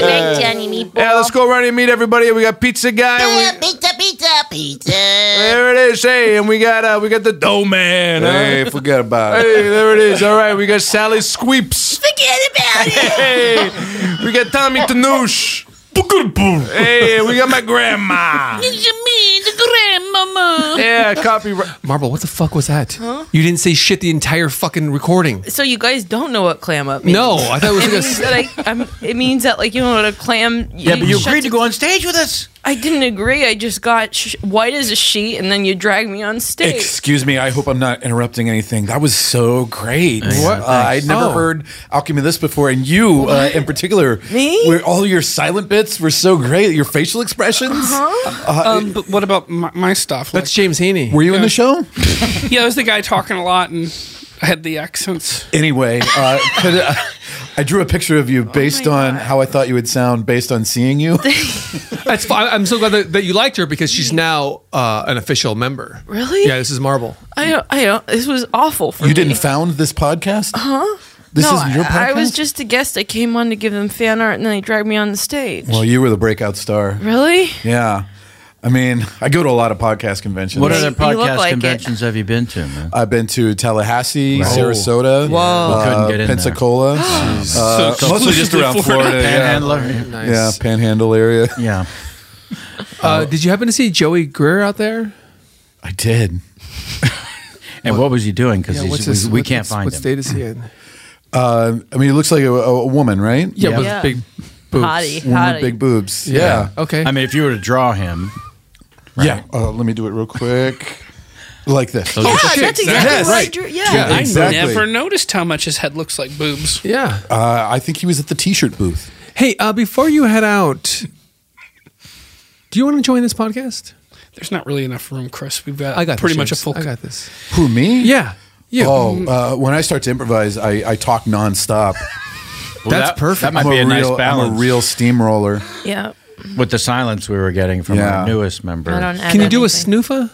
Speaker 9: Good night, Johnny Meatball.
Speaker 11: Yeah, let's go around and meet everybody. We got pizza guy. and we-
Speaker 9: Yeah, pizza, pizza, pizza.
Speaker 11: there it is. Hey, and we got uh, we got the dough man.
Speaker 7: Hey,
Speaker 11: huh?
Speaker 7: forget about it.
Speaker 11: Hey, there it is. All right, we got Sally Squeeps.
Speaker 9: Forget about
Speaker 11: it. Hey, we got Tommy Tanouche. hey, we got my
Speaker 4: Ah.
Speaker 11: grandma.
Speaker 10: me, the grandmama.
Speaker 11: Yeah, copyright.
Speaker 5: Marble, what the fuck was that?
Speaker 11: Oh,
Speaker 6: Huh?
Speaker 5: You didn't say shit the entire fucking recording.
Speaker 6: So you guys don't know what clam up means?
Speaker 5: No, I thought it was
Speaker 6: it
Speaker 5: like a
Speaker 6: means that I, I'm, It means that like you know what a clam.
Speaker 12: Yeah, but you
Speaker 6: shut
Speaker 12: agreed
Speaker 6: the-
Speaker 12: to go on stage with us.
Speaker 6: I didn't agree. I just got sh- white as a sheet, and then you drag me on stage.
Speaker 7: Excuse me. I hope I'm not interrupting anything. That was so great.
Speaker 5: What?
Speaker 7: Uh, I'd never
Speaker 5: Oh.
Speaker 7: heard Alchemy this before, and you uh, in particular,
Speaker 6: Me?
Speaker 7: where all your silent bits were so great. Your facial expressions. Uh,
Speaker 4: um, but what about my, my stuff? Like,
Speaker 5: Uh-huh. That's James Heaney.
Speaker 7: Were you in the show?
Speaker 4: yeah, I was the guy talking a lot, and I had the accents.
Speaker 7: Anyway, uh, could, uh, I drew a picture of
Speaker 5: Oh
Speaker 7: you based on how I thought you would sound based on seeing you.
Speaker 5: That's fine. I'm so glad that, that you liked her because she's now uh, an official member.
Speaker 6: Really?
Speaker 5: Yeah, this is Marble.
Speaker 6: I don't. I don't. This was awful for
Speaker 7: You
Speaker 6: me.
Speaker 7: didn't found this podcast?
Speaker 6: Huh?
Speaker 7: This
Speaker 6: no,
Speaker 7: isn't your
Speaker 6: I, I was
Speaker 7: podcast?
Speaker 6: just a guest. I came on to give them fan art, and then they dragged me on the stage.
Speaker 7: Well, you were the breakout star.
Speaker 6: Really?
Speaker 7: Yeah. I mean, I go to a lot of podcast conventions.
Speaker 3: What other podcast
Speaker 6: like it.
Speaker 3: conventions have you been to, man?
Speaker 7: I've been to Tallahassee,
Speaker 3: Right.
Speaker 7: Sarasota,
Speaker 3: Whoa.
Speaker 7: uh,
Speaker 3: We couldn't get in there.
Speaker 7: Pensacola, uh,
Speaker 3: So
Speaker 7: mostly just
Speaker 3: exclusively
Speaker 7: around
Speaker 3: Florida.
Speaker 7: Florida. yeah.
Speaker 3: Panhandler.
Speaker 5: Nice.
Speaker 7: Yeah, Panhandle area.
Speaker 3: Yeah.
Speaker 5: Uh, did you happen to see Joey Greer out there?
Speaker 7: I did.
Speaker 3: And what, was he doing? Because
Speaker 5: Yeah, what's
Speaker 3: we,
Speaker 5: his-
Speaker 3: we
Speaker 5: what-
Speaker 3: can't
Speaker 5: what's-
Speaker 3: find
Speaker 5: what
Speaker 3: him.
Speaker 5: state is he in?
Speaker 7: Uh, I mean, it looks like a, a woman, right?
Speaker 5: Yeah, with
Speaker 6: Yeah.
Speaker 5: big boobs.
Speaker 6: Hottie,
Speaker 7: Woman with
Speaker 6: hottie.
Speaker 7: big boobs. Yeah.
Speaker 5: Okay.
Speaker 3: I mean, if you were to draw him,
Speaker 7: Yeah. Uh, let me do it real quick. Like this.
Speaker 3: Yeah,
Speaker 6: that's exactly
Speaker 7: Yes.
Speaker 6: what I drew. Yeah.
Speaker 7: Yeah, exactly.
Speaker 4: I never noticed how much his head looks like boobs.
Speaker 5: Yeah.
Speaker 7: Uh, I think he was at the T-shirt booth.
Speaker 5: Hey, uh, before you head out, do you want to join this podcast?
Speaker 4: There's not really enough room, Chris. We've got,
Speaker 5: I got
Speaker 4: pretty
Speaker 5: this,
Speaker 4: much a
Speaker 5: James.
Speaker 4: full.
Speaker 5: I got this.
Speaker 7: Who me?
Speaker 5: Yeah. Yeah.
Speaker 7: Oh, uh, when I start to improvise, I, I talk nonstop.
Speaker 3: Well,
Speaker 5: That's
Speaker 3: that-
Speaker 5: perfect.
Speaker 3: That might
Speaker 7: I'm
Speaker 3: be a, nice
Speaker 7: real- I'm a
Speaker 3: balance
Speaker 7: real steamroller.
Speaker 6: Yeah.
Speaker 3: with the silence we were getting from
Speaker 7: Yeah.
Speaker 3: our newest member.
Speaker 6: I don't add
Speaker 5: Can you do a
Speaker 6: anything.
Speaker 5: snoofa?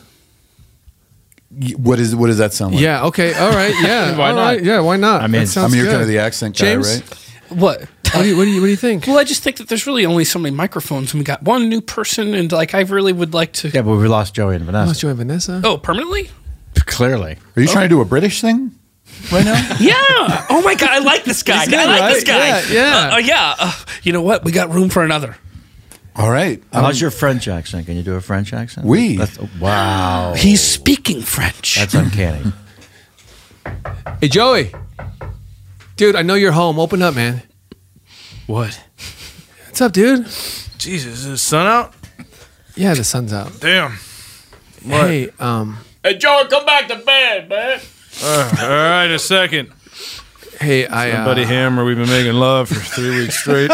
Speaker 7: Y- What is what does that sound like?
Speaker 5: Yeah. Okay. All right. Yeah.
Speaker 3: Why
Speaker 5: all
Speaker 3: not?
Speaker 5: right, Yeah. Why not?
Speaker 3: I mean-
Speaker 5: That sounds
Speaker 7: I mean, you're
Speaker 5: good.
Speaker 7: kind of the accent
Speaker 5: James?
Speaker 7: guy, right?
Speaker 4: What?
Speaker 5: What do you What do you What do you think?
Speaker 4: Well, I just think that there's really only so many microphones, and we got one new person, and like I really would like to.
Speaker 3: Yeah, but we lost Joey and
Speaker 5: Oh,
Speaker 3: Vanessa.
Speaker 5: join Vanessa.
Speaker 4: Oh, permanently?
Speaker 3: Clearly.
Speaker 7: Are you trying to do a British thing right now?
Speaker 4: Yeah. Oh my god, I like this guy.
Speaker 5: This guy,
Speaker 4: I like this
Speaker 5: right?
Speaker 4: guy.
Speaker 5: Yeah, yeah.
Speaker 4: Uh, uh, yeah. Uh, you know what? We got room for another.
Speaker 7: All right. Um,
Speaker 3: How's your French accent? Can you do a French accent?
Speaker 7: Oui.
Speaker 3: That's, wow.
Speaker 4: He's speaking French.
Speaker 3: That's uncanny.
Speaker 5: Hey, Joey. Dude, I know you're home. Open up, man.
Speaker 8: What?
Speaker 5: What's up, dude?
Speaker 8: Jesus, is the sun out?
Speaker 5: Yeah, the sun's out.
Speaker 8: Damn.
Speaker 5: Hey, um,
Speaker 8: Hey, Joey, come back to bed, man. Uh, all right, a second.
Speaker 5: hey,
Speaker 8: My
Speaker 5: I uh,
Speaker 8: buddy Hammer, we've been making love for three weeks straight.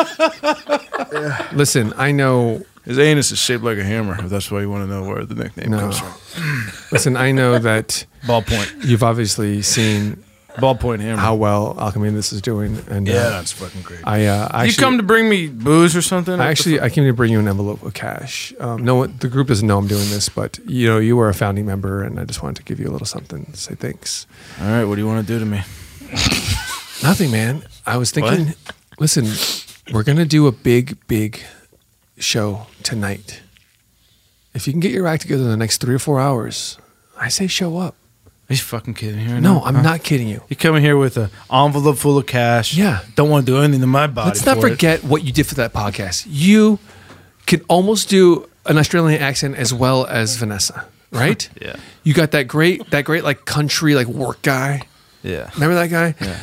Speaker 5: listen. I know.
Speaker 8: His anus is shaped like a hammer. If that's why you want to know where the nickname
Speaker 5: No.
Speaker 8: comes from.
Speaker 5: Listen, I know that
Speaker 8: Ballpoint.
Speaker 5: you've obviously seen ballpoint hammer. How well Alchemy of This is doing, and uh,
Speaker 8: Yeah, that's fucking great.
Speaker 5: I, uh, I
Speaker 8: you
Speaker 5: actually-
Speaker 8: come to bring me booze or something?
Speaker 5: I actually, I came to bring you an envelope of cash. Um, no, one- the group doesn't know I'm doing this, but you know, you were a founding member, and I just wanted to give you a little something. to Say thanks.
Speaker 8: All right, what do you want to do to me?
Speaker 5: Nothing, man. I was thinking. Listen, we're gonna do a big, big show tonight. If you can get your act together in the next three or four hours, I say show up.
Speaker 8: Are you fucking kidding me? right
Speaker 5: No,
Speaker 8: now,
Speaker 5: I'm
Speaker 8: huh?
Speaker 5: not kidding you.
Speaker 8: You're coming here with an envelope full of cash.
Speaker 5: Yeah.
Speaker 8: Don't want to do anything to my body.
Speaker 5: Let's not
Speaker 8: for it.
Speaker 5: forget what you did for that podcast. You could almost do an Australian accent as well as Vanessa, right?
Speaker 8: Yeah.
Speaker 5: You got that great, that great like country like work guy.
Speaker 8: Yeah.
Speaker 5: Remember that guy?
Speaker 8: Yeah.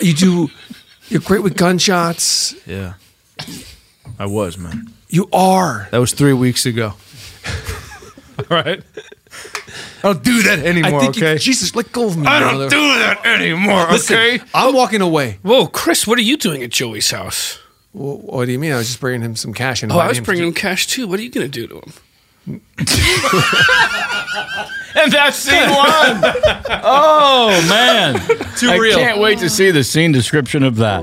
Speaker 5: You do. You're great with gunshots.
Speaker 8: Yeah. I was, man.
Speaker 5: You are.
Speaker 8: That was three weeks ago. All right. I don't do that anymore.
Speaker 5: I think you-
Speaker 8: okay.
Speaker 5: Jesus, let go of me.
Speaker 8: I don't
Speaker 5: brother.
Speaker 8: do that anymore.
Speaker 5: Listen,
Speaker 8: okay.
Speaker 5: I'm walking away.
Speaker 4: Whoa, Chris, what are you doing at Joey's house?
Speaker 5: Well, what do you mean? I was just bringing him some cash. And
Speaker 4: Oh, I
Speaker 5: inviting
Speaker 4: was
Speaker 5: him to
Speaker 4: bringing
Speaker 5: do-
Speaker 4: him cash too. What are you going to do to him?
Speaker 8: And that's
Speaker 4: scene one.
Speaker 12: Oh man,
Speaker 8: Too
Speaker 12: I
Speaker 8: real.
Speaker 12: can't wait to see the scene description of that.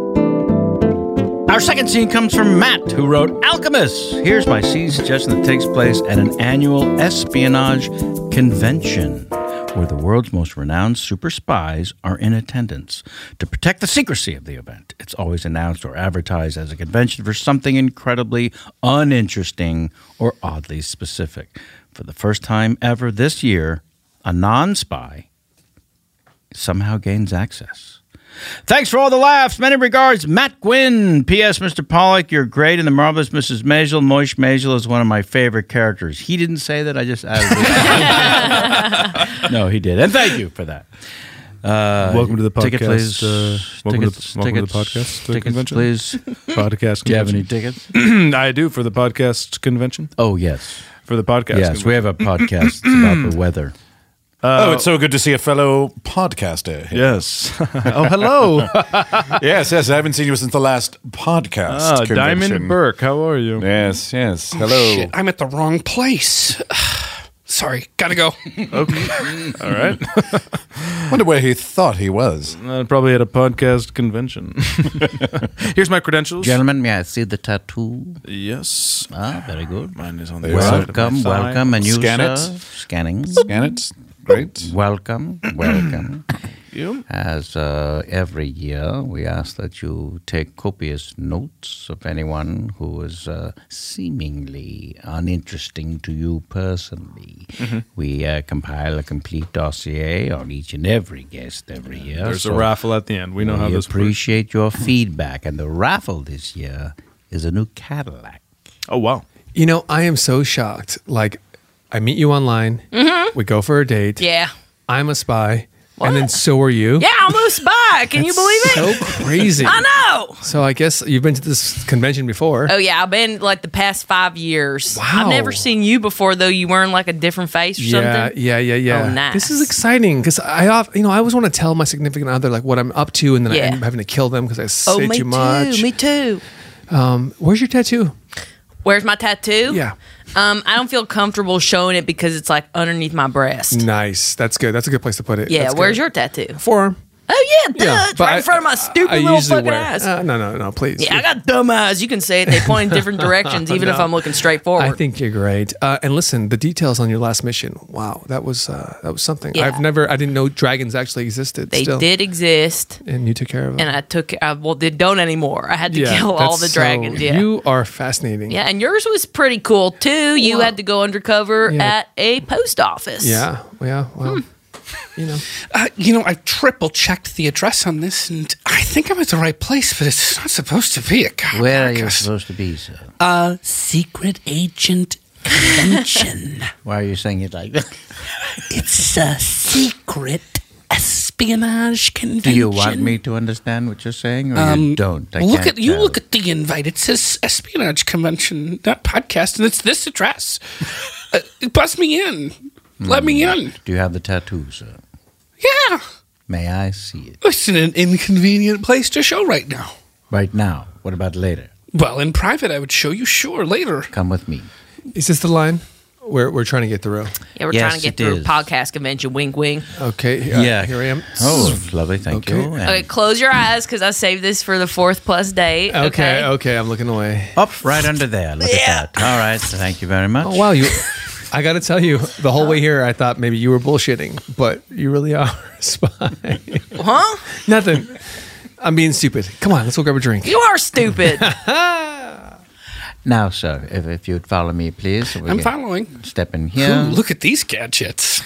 Speaker 3: Our second scene comes from Matt, who wrote Alchemist. Here's my scene suggestion that takes place at an annual espionage convention where the world's most renowned super spies are in attendance to protect the secrecy of the event. It's always announced or advertised as a convention for something incredibly uninteresting or oddly specific. For the first time ever this year, a non spy somehow gains access. Thanks for all the laughs. Many regards, Matt Gwynn. P.S. Mr. Pollock, you're great in the marvelous Mrs. Maisel. Moish Maisel is one of my favorite characters. He didn't say that. I just added it. no, he did, and thank you for that. Uh,
Speaker 8: welcome to the podcast.
Speaker 3: Ticket, please.
Speaker 8: uh, welcome,
Speaker 3: tickets,
Speaker 8: to, the, welcome
Speaker 3: tickets,
Speaker 8: to the podcast uh,
Speaker 3: tickets,
Speaker 8: convention.
Speaker 3: please.
Speaker 8: Podcast.
Speaker 3: Do you have any
Speaker 8: tickets? I do for the podcast convention.
Speaker 3: Oh yes,
Speaker 8: for the podcast.
Speaker 3: Yes, we have a podcast about the weather.
Speaker 7: oh, it's so good to see a fellow podcaster. Here.
Speaker 8: Yes. oh, hello.
Speaker 7: yes, yes. I haven't seen you since the last podcast.
Speaker 8: Ah,
Speaker 7: convention.
Speaker 8: Diamond Burke, how are you?
Speaker 7: Yes, yes. Hello.
Speaker 4: Oh, Shit, I'm at the wrong place. Sorry, gotta go. okay.
Speaker 8: All right.
Speaker 7: Wonder where he thought he was.
Speaker 8: Uh, probably at a podcast convention. Here's my credentials.
Speaker 12: Gentlemen, may I see the tattoo?
Speaker 8: Yes.
Speaker 12: Ah, very good. Mine
Speaker 8: is on
Speaker 7: the side of
Speaker 12: Welcome,
Speaker 7: my thigh.
Speaker 12: welcome. And you,
Speaker 7: Scan
Speaker 12: sir?
Speaker 7: it.
Speaker 12: Scanning.
Speaker 7: Scan it. Great.
Speaker 12: Welcome, welcome.
Speaker 8: you.
Speaker 12: As uh, every year, we ask that you take copious notes of anyone who is uh, seemingly uninteresting to you personally.
Speaker 8: Mm-hmm.
Speaker 12: We uh, compile a complete dossier on each and every guest every year.
Speaker 8: There's a
Speaker 12: so
Speaker 8: raffle at the end. We know how this works.
Speaker 12: appreciate your feedback, and the raffle this year is a new Cadillac.
Speaker 8: Oh wow!
Speaker 5: You know, I am so shocked. Like, I meet you online.
Speaker 4: Mm-hmm.
Speaker 6: Mhm.
Speaker 5: We go for a date.
Speaker 6: Yeah.
Speaker 5: I'm a spy, and then so are you.
Speaker 6: Yeah, almost by. Can you believe it?
Speaker 5: So crazy.
Speaker 6: I know.
Speaker 5: So I guess you've been to this convention before.
Speaker 6: Oh yeah, I've been like the past five years.
Speaker 5: Wow.
Speaker 6: I've never seen you before though. You wearing like a different face or
Speaker 5: yeah,
Speaker 6: something.
Speaker 5: yeah, yeah, yeah.
Speaker 6: Oh, nice.
Speaker 5: This is exciting because I, oft- you know, I always want to tell my significant other like what I'm up to, and then I
Speaker 6: Yeah.
Speaker 5: end up having to kill them because I say
Speaker 6: Oh, me
Speaker 5: too
Speaker 6: too.
Speaker 5: much.
Speaker 6: Me too.
Speaker 5: Um, where's your tattoo?
Speaker 6: Where's my tattoo?
Speaker 5: Yeah.
Speaker 6: Um, I don't feel comfortable showing it because it's like underneath my breast.
Speaker 5: Nice. That's good. That's a good place to put it.
Speaker 6: Yeah.
Speaker 5: That's
Speaker 6: where's
Speaker 5: good.
Speaker 6: your tattoo?
Speaker 5: Forearm.
Speaker 6: Oh yeah, duh,
Speaker 5: Yeah,
Speaker 6: it's
Speaker 5: but
Speaker 6: right
Speaker 5: I-
Speaker 6: in front of my stupid
Speaker 5: I
Speaker 6: little
Speaker 5: usually
Speaker 6: fucking
Speaker 5: wear-
Speaker 6: eyes.
Speaker 5: Uh, no, no, no. Please.
Speaker 6: yeah, I got dumb eyes. You can say it. They point in different directions, even if
Speaker 5: No.
Speaker 6: I'm looking straight forward.
Speaker 5: I think you're great. Uh, and listen, the details on your last mission. Wow, that was uh, that was something.
Speaker 6: Yeah.
Speaker 5: I've never, I didn't know dragons actually existed.
Speaker 6: they
Speaker 5: still.
Speaker 6: did exist,
Speaker 5: and you took care of them.
Speaker 6: and I took. I, well, they don't anymore. I had to kill all
Speaker 5: that's
Speaker 6: the
Speaker 5: so-
Speaker 6: dragons. yeah.
Speaker 5: you are fascinating.
Speaker 6: Yeah, and yours was pretty cool too. You had to go undercover at a post office.
Speaker 5: yeah, yeah. Well, you know,
Speaker 4: Uh, you know, I triple checked the address on this, and I think I'm at the right place, but it's not supposed to be a co-
Speaker 12: Where are you supposed to be, sir?
Speaker 4: uh, secret agent convention.
Speaker 12: Why are you saying it like that?
Speaker 4: it's a secret espionage
Speaker 12: Do
Speaker 4: convention.
Speaker 12: you want me to understand what you're saying, or you don't? I
Speaker 4: look
Speaker 12: can't
Speaker 4: at you!
Speaker 12: tell.
Speaker 4: Look at the invite. It says espionage convention, not podcast, and it's this address. uh, bust me in. Let me in.
Speaker 12: Do you have the tattoo, sir?
Speaker 4: Yeah,
Speaker 12: May I see it
Speaker 4: it's in an inconvenient place to show right now.
Speaker 12: right now? What about later?
Speaker 4: Well, in private, I would show you. Sure, later.
Speaker 12: Come with me.
Speaker 5: is this the line? We're we're trying to get through.
Speaker 6: Yeah, we're
Speaker 12: Yes,
Speaker 6: trying to get
Speaker 12: it
Speaker 6: through
Speaker 12: is.
Speaker 6: podcast convention. Wink, wink.
Speaker 5: Okay.
Speaker 12: Yeah.
Speaker 5: Yeah. Here I am.
Speaker 12: Oh, lovely. Thank
Speaker 5: Okay.
Speaker 12: you. And
Speaker 6: Okay, close your eyes because I saved this for the fourth plus date.
Speaker 5: Okay.
Speaker 6: Okay.
Speaker 5: Okay. I'm looking away.
Speaker 12: Up right under there. Look at that. All right. Thank you very much.
Speaker 5: Oh wow, you. I got to tell you, the whole way here, I thought maybe you were bullshitting, but you really are a spy.
Speaker 6: Huh?
Speaker 5: Nothing. I'm being stupid. Come on, let's go grab a drink.
Speaker 6: You are stupid.
Speaker 3: Now, sir, if, if you'd follow me, please. we
Speaker 4: I'm
Speaker 3: can
Speaker 4: following.
Speaker 3: Step in here.
Speaker 4: Ooh, look at these gadgets.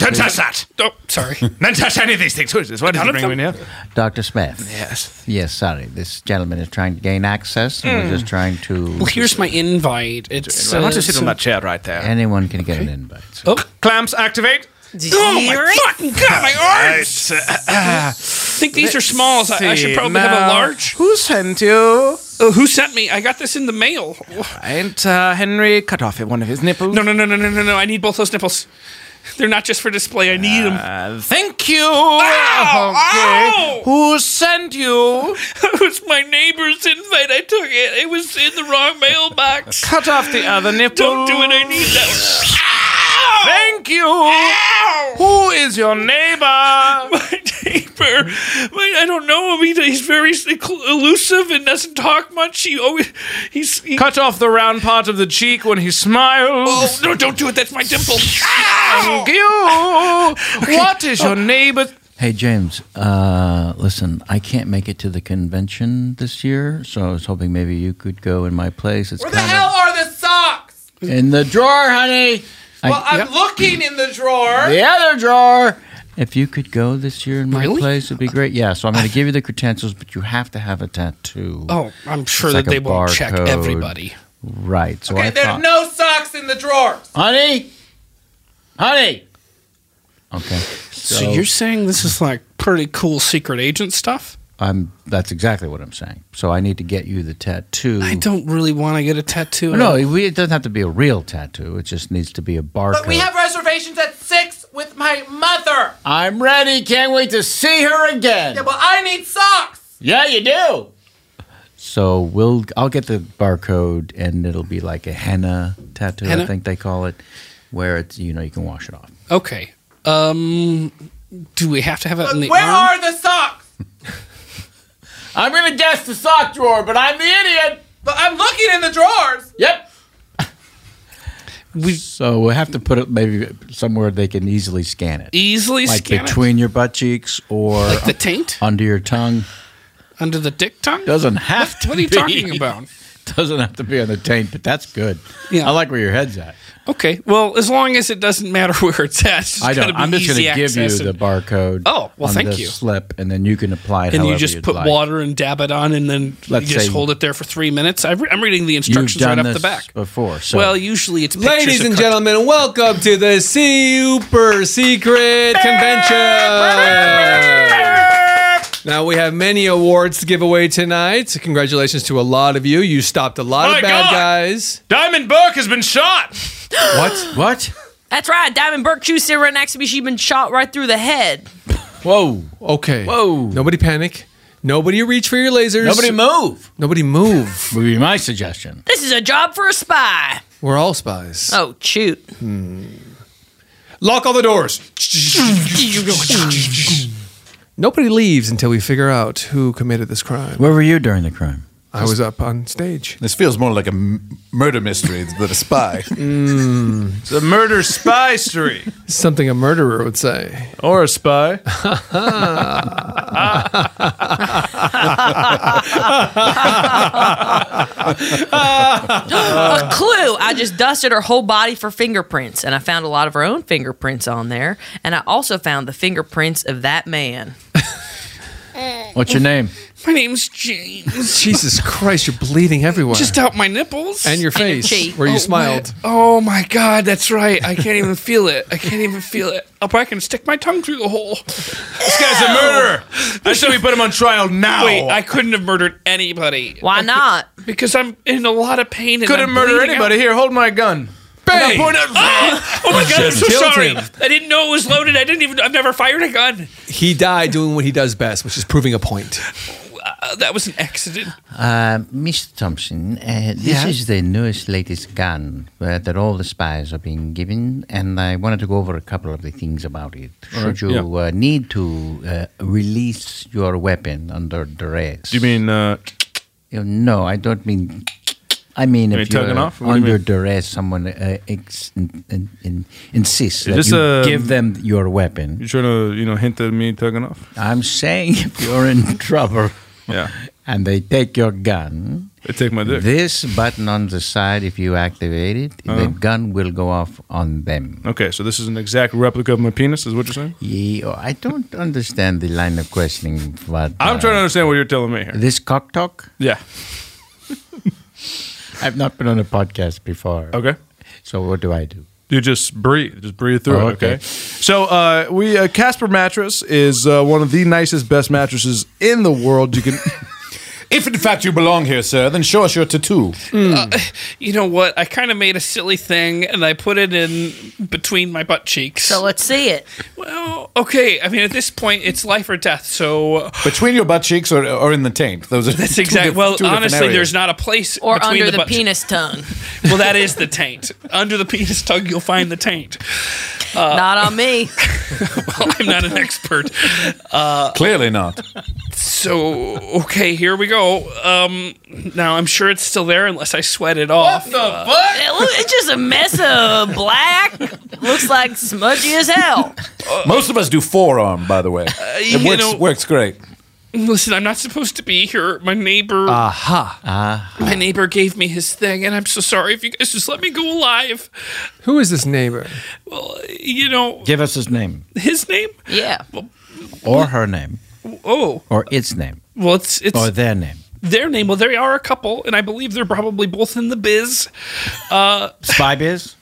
Speaker 12: Don't touch that.
Speaker 4: Oh, sorry.
Speaker 12: Don't touch any of these things. Who is this? Why did you bring me in here?
Speaker 3: Dr. Smith.
Speaker 4: Yes.
Speaker 3: Yes, sorry. This gentleman is trying to gain access. and We're
Speaker 4: Mm.
Speaker 3: just trying to.
Speaker 4: Well, here's my invite. It's.
Speaker 12: Why
Speaker 4: uh,
Speaker 12: don't you sit on
Speaker 4: some-
Speaker 12: that chair right there?
Speaker 3: Anyone can get an invite.
Speaker 4: Oh,
Speaker 12: clamps activate. Uh,
Speaker 4: Oh my fucking god, my arms!
Speaker 12: I
Speaker 4: think these are smalls. I, I should probably have a large.
Speaker 12: Who sent you?
Speaker 4: Uh, who sent me? I got this in the mail.
Speaker 12: Ain't uh, Henry cut off one of his nipples?
Speaker 4: No, no, no, no, no, no, no. I need both those nipples. They're not just for display. I need them.
Speaker 12: Uh, thank you. Okay. Who sent you?
Speaker 4: It was my neighbor's invite. I took it. It was in the wrong mailbox.
Speaker 12: Cut off the other nipple.
Speaker 4: Don't do it. I need that.
Speaker 12: Thank you. Who is your neighbor? My
Speaker 4: neighbor. My, I don't know him. He, he's very seclu- elusive and doesn't talk much. He always he's he,
Speaker 12: Cut off the round part of the cheek when he smiles.
Speaker 4: Oh no! Don't do it. That's my dimple.
Speaker 12: Thank you. What is
Speaker 5: Oh.
Speaker 12: your neighbor?
Speaker 3: Hey, James, uh, listen, I can't make it to the convention this year, so I was hoping maybe you could go in my place. It's kind
Speaker 11: hell are the socks?
Speaker 3: of in the drawer, honey. I-
Speaker 11: looking in the drawer.
Speaker 3: The other drawer. If you could go this year in my
Speaker 11: Really?
Speaker 3: place, it'd be great. Yeah, so I'm going to give you the credentials, but you have to have a tattoo.
Speaker 4: Oh, I'm sure
Speaker 3: It's
Speaker 4: that
Speaker 3: a
Speaker 4: they won't check
Speaker 3: barcode.
Speaker 4: everybody.
Speaker 3: Right. So I
Speaker 11: Okay,
Speaker 3: thought,
Speaker 11: there's no socks in the drawer.
Speaker 3: honey, honey. Okay.
Speaker 4: So, you're saying this is like pretty cool secret agent stuff?
Speaker 3: I'm. That's exactly what I'm saying. So I need to get you the tattoo.
Speaker 4: I don't really want to get a tattoo.
Speaker 3: No, we, it doesn't have to be a real tattoo. It just needs to be a barcode.
Speaker 11: But we have reservations at six with my mother.
Speaker 3: I'm ready. Can't wait to see her again.
Speaker 11: Yeah, but I need socks.
Speaker 3: Yeah, you do. So we'll I'll get the barcode and it'll be like a henna tattoo, I
Speaker 4: Henna?
Speaker 3: think they call it, where it's you know you can wash it off.
Speaker 4: Okay. Um, do we have to have it in the
Speaker 11: Where
Speaker 4: arm?
Speaker 11: are the socks?
Speaker 3: I'm gonna guess the sock drawer, but I'm the idiot.
Speaker 11: But I'm looking in the drawers.
Speaker 3: Yep. so we'll have to put it maybe somewhere they can easily scan it.
Speaker 4: Easily
Speaker 3: like
Speaker 4: scan it?
Speaker 3: between your butt cheeks or
Speaker 4: Like the taint?
Speaker 3: under your tongue.
Speaker 4: Under the dick tongue?
Speaker 3: Doesn't have
Speaker 4: What-
Speaker 3: to
Speaker 4: what are you
Speaker 3: be.
Speaker 4: talking about?
Speaker 3: Doesn't have to be on the taint, but that's good. Yeah. I like where your head's at.
Speaker 4: Okay. Well, as long as it doesn't matter where it's at, it's
Speaker 3: I don't.
Speaker 4: gotta be
Speaker 3: I'm just going
Speaker 4: easy
Speaker 3: to give you
Speaker 4: access
Speaker 3: the
Speaker 4: and-
Speaker 3: barcode.
Speaker 4: Oh, well,
Speaker 3: on
Speaker 4: thank
Speaker 3: this
Speaker 4: you.
Speaker 3: Slip, and then you can apply it.
Speaker 4: And you
Speaker 3: however
Speaker 4: just
Speaker 3: you'd
Speaker 4: put
Speaker 3: like.
Speaker 4: water and dab it on, and then
Speaker 3: Let's
Speaker 4: you just
Speaker 3: say-
Speaker 4: hold it there for three minutes. I re- I'm reading the
Speaker 3: You've
Speaker 4: instructions right
Speaker 3: done
Speaker 4: off
Speaker 3: this
Speaker 4: the back.
Speaker 3: before. So.
Speaker 4: well, usually it's pictures
Speaker 5: Ladies
Speaker 4: of
Speaker 5: and
Speaker 4: cart-
Speaker 5: gentlemen, welcome to the super secret convention. Now we have many awards to give away tonight. Congratulations to a lot of you. You stopped a lot
Speaker 12: My
Speaker 5: of bad
Speaker 12: God.
Speaker 5: guys.
Speaker 12: Diamond Burke has been shot.
Speaker 5: What?
Speaker 3: What?
Speaker 6: That's right. Diamond Burke Chew sitting right next to me. She's been shot right through the head.
Speaker 5: Whoa. Okay. Whoa. Nobody panic. Nobody reach for your lasers.
Speaker 6: Nobody
Speaker 3: move.
Speaker 5: Nobody move.
Speaker 3: Would be my suggestion.
Speaker 6: This is a job for a spy.
Speaker 5: We're all spies.
Speaker 6: Oh, shoot.
Speaker 5: Lock all the doors. Nobody leaves until we figure out who committed this crime.
Speaker 3: Where were you during the crime?
Speaker 5: I was up on stage.
Speaker 11: This feels more like a m- murder mystery than a spy.
Speaker 12: It's a murder spy story.
Speaker 5: Something a murderer would say.
Speaker 12: Or a spy.
Speaker 6: a clue. I just dusted her whole body for fingerprints, and I found a lot of her own fingerprints on there. And I also found the fingerprints of that man.
Speaker 3: What's your name?
Speaker 4: My name's James.
Speaker 5: Jesus Christ, you're bleeding everywhere.
Speaker 4: Just out my nipples
Speaker 5: And your face, where you
Speaker 4: Oh,
Speaker 5: smiled.
Speaker 4: my- oh my God, that's right. I can't even feel it. I can't even feel it. I'll probably can stick my tongue through the hole.
Speaker 12: This guy's a murderer. I say we put him on trial now.
Speaker 4: Wait, I couldn't have murdered anybody.
Speaker 6: Why not?
Speaker 4: Because I'm in a lot of pain. And
Speaker 12: Couldn't
Speaker 4: I'm
Speaker 12: murder
Speaker 4: bleeding
Speaker 12: anybody.
Speaker 4: out.
Speaker 12: Here, hold my gun.
Speaker 4: Bang!
Speaker 12: Now point at-
Speaker 4: Ah! Oh my God, I'm
Speaker 5: Just
Speaker 4: so
Speaker 5: killed
Speaker 4: sorry.
Speaker 5: him.
Speaker 4: I didn't know it was loaded. I didn't even. I've never fired a gun.
Speaker 5: He died doing what he does best, which is proving a point.
Speaker 4: Uh, that was an accident.
Speaker 3: Uh, Mr. Thompson, uh, this
Speaker 4: Yeah?
Speaker 3: is the newest, latest gun uh, that all the spies are being given, and I wanted to go over a couple of the things about it.
Speaker 12: All
Speaker 3: Should
Speaker 12: right,
Speaker 3: you uh, need to uh, release your weapon under duress?
Speaker 12: Do you mean? Uh,
Speaker 3: You know, no, I don't mean. I mean,
Speaker 12: You mean
Speaker 3: if you're
Speaker 12: tugging off? What do you
Speaker 3: under
Speaker 12: mean?
Speaker 3: duress, someone uh, ex- in, in, in, insists
Speaker 12: Is
Speaker 3: that
Speaker 12: this
Speaker 3: you
Speaker 12: a-
Speaker 3: give them your weapon.
Speaker 12: you trying to you know hint at me tugging off?
Speaker 3: I'm saying if you're in trouble,
Speaker 12: Yeah.
Speaker 3: and they take your gun.
Speaker 11: They take my dick.
Speaker 3: This button on the side, if you activate it,
Speaker 11: Uh-huh.
Speaker 3: the gun will go off on them.
Speaker 11: Okay, so this is an exact replica of my penis, is what you're saying?
Speaker 3: Yeah, I don't understand the line of questioning, but uh,
Speaker 11: I'm trying to understand what you're telling me here.
Speaker 3: This cock talk?
Speaker 11: Yeah.
Speaker 3: I've not been on a podcast before.
Speaker 11: Okay.
Speaker 3: So what do I do?
Speaker 11: You just breathe, just breathe through
Speaker 3: Oh,
Speaker 11: it. Okay.
Speaker 3: okay.
Speaker 11: So uh, we uh, Casper mattress is uh, one of the nicest, best mattresses in the world. You can,
Speaker 7: if in fact you belong here, sir, then show us your tattoo.
Speaker 6: Hmm.
Speaker 4: Uh, you know what? I kind of made a silly thing and I put it in between my butt cheeks. So
Speaker 6: let's see it.
Speaker 4: Well, okay. I mean, at this point, it's life or death. So
Speaker 7: Between your butt cheeks or, or in the taint. Those are
Speaker 4: that's
Speaker 7: two
Speaker 4: exactly.
Speaker 7: diff-
Speaker 4: Well,
Speaker 7: two different
Speaker 4: honestly,
Speaker 7: areas.
Speaker 4: there's not a place
Speaker 6: Or
Speaker 4: between
Speaker 6: under the,
Speaker 4: butt cheek-
Speaker 6: penis tongue.
Speaker 4: well, that is the taint. Under the penis tongue, you'll find the taint. Uh,
Speaker 6: Not on me.
Speaker 4: well, I'm not an expert. Uh,
Speaker 7: Clearly not.
Speaker 4: So okay, here we go. Um, now I'm sure it's still there unless I sweat it off.
Speaker 6: the fuck? it's just a mess of black. Looks like smudgy as hell.
Speaker 7: Most of us do forearm, by the way. it
Speaker 4: Uh, you
Speaker 7: works,
Speaker 4: know-
Speaker 7: works great.
Speaker 4: Listen, I'm not supposed to be here. My neighbor,
Speaker 7: Ah. Aha.
Speaker 4: Uh,
Speaker 3: Ah.
Speaker 4: my neighbor gave me his thing, and I'm so sorry if you guys just let me go alive.
Speaker 13: Who is this neighbor?
Speaker 4: You know
Speaker 3: Give us his name
Speaker 4: his name?
Speaker 6: Yeah.
Speaker 3: or her name
Speaker 4: Oh,
Speaker 3: or its name
Speaker 4: well, it's it's
Speaker 3: or their name.
Speaker 4: their name. Well, they are a couple, and I believe they're probably both in the biz. Uh,
Speaker 3: Spy biz?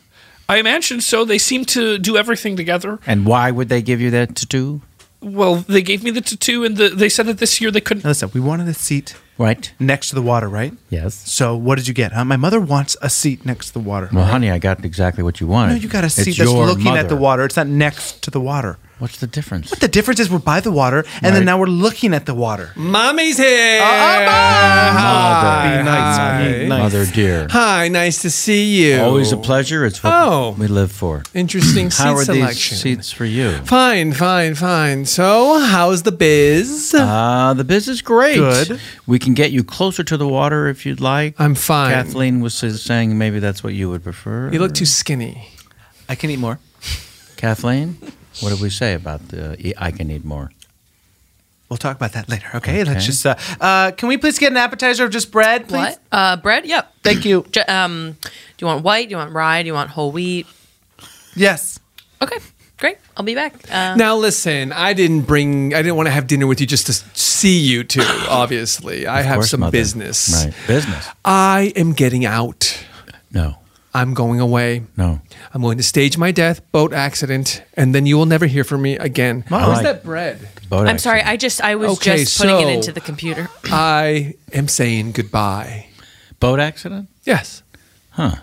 Speaker 4: I imagine so. They seem to do everything together.
Speaker 3: And why would they give you that tattoo?
Speaker 4: Well, they gave me the tattoo, and the, they said that this year they couldn't.
Speaker 12: Listen, we wanted a seat
Speaker 3: right
Speaker 12: next to the water, right?
Speaker 3: Yes.
Speaker 12: So what did you get? Huh? My mother wants a seat next to the water.
Speaker 3: Well, honey, I got exactly what you wanted.
Speaker 12: No, you got a
Speaker 3: It's
Speaker 12: seat that's
Speaker 3: your
Speaker 12: looking at the
Speaker 3: mother.
Speaker 12: water. It's not next to the water.
Speaker 3: What's the difference?
Speaker 12: What the difference is we're by the water, and then
Speaker 3: Right.
Speaker 12: now we're looking at the water.
Speaker 5: Mm. Mommy's here.
Speaker 3: Oh,
Speaker 5: Ah.
Speaker 3: Mother.
Speaker 5: Hi.
Speaker 3: Be nice,
Speaker 5: Hi.
Speaker 3: be nice. Mother dear.
Speaker 5: Hi, nice to see you.
Speaker 3: Always a pleasure. It's what
Speaker 5: Oh.
Speaker 3: we live for.
Speaker 5: Interesting seat
Speaker 3: How are
Speaker 5: selection.
Speaker 3: these seats for you?
Speaker 5: Fine, fine, fine. So, how's the biz?
Speaker 3: Uh, the biz is great.
Speaker 5: Good.
Speaker 3: We can get you closer to the water if you'd like.
Speaker 5: I'm fine.
Speaker 3: Kathleen was s- saying maybe that's what you would prefer.
Speaker 5: You look too skinny.
Speaker 12: I can eat more.
Speaker 3: Kathleen, what did we say about the e- I can eat more?
Speaker 12: We'll talk about that later. Okay,
Speaker 3: Okay.
Speaker 12: let's just. Uh, uh, can we please get an appetizer of just bread, please?
Speaker 6: What? Uh, bread? Yep.
Speaker 12: Thank you.
Speaker 6: J- um, do you want white? Do you want rye? Do you want whole wheat?
Speaker 12: Yes.
Speaker 6: Okay, great. I'll be back. Uh,
Speaker 5: Now listen, I didn't bring. I didn't want to have dinner with you just to s- see you two. Obviously, I
Speaker 3: Of
Speaker 5: have
Speaker 3: course,
Speaker 5: some
Speaker 3: mother.
Speaker 5: business.
Speaker 3: Right. Business.
Speaker 5: I am getting out.
Speaker 3: No.
Speaker 5: I'm going away.
Speaker 3: No.
Speaker 5: I'm going to stage my death, boat accident, and then you will never hear from me again.
Speaker 3: Mom,
Speaker 5: Where's
Speaker 3: I-
Speaker 5: that bread?
Speaker 6: I'm sorry. I just I was
Speaker 5: Okay,
Speaker 6: just putting
Speaker 5: so-
Speaker 6: it into the computer.
Speaker 5: I am saying goodbye.
Speaker 3: Boat accident?
Speaker 5: Yes.
Speaker 3: Huh.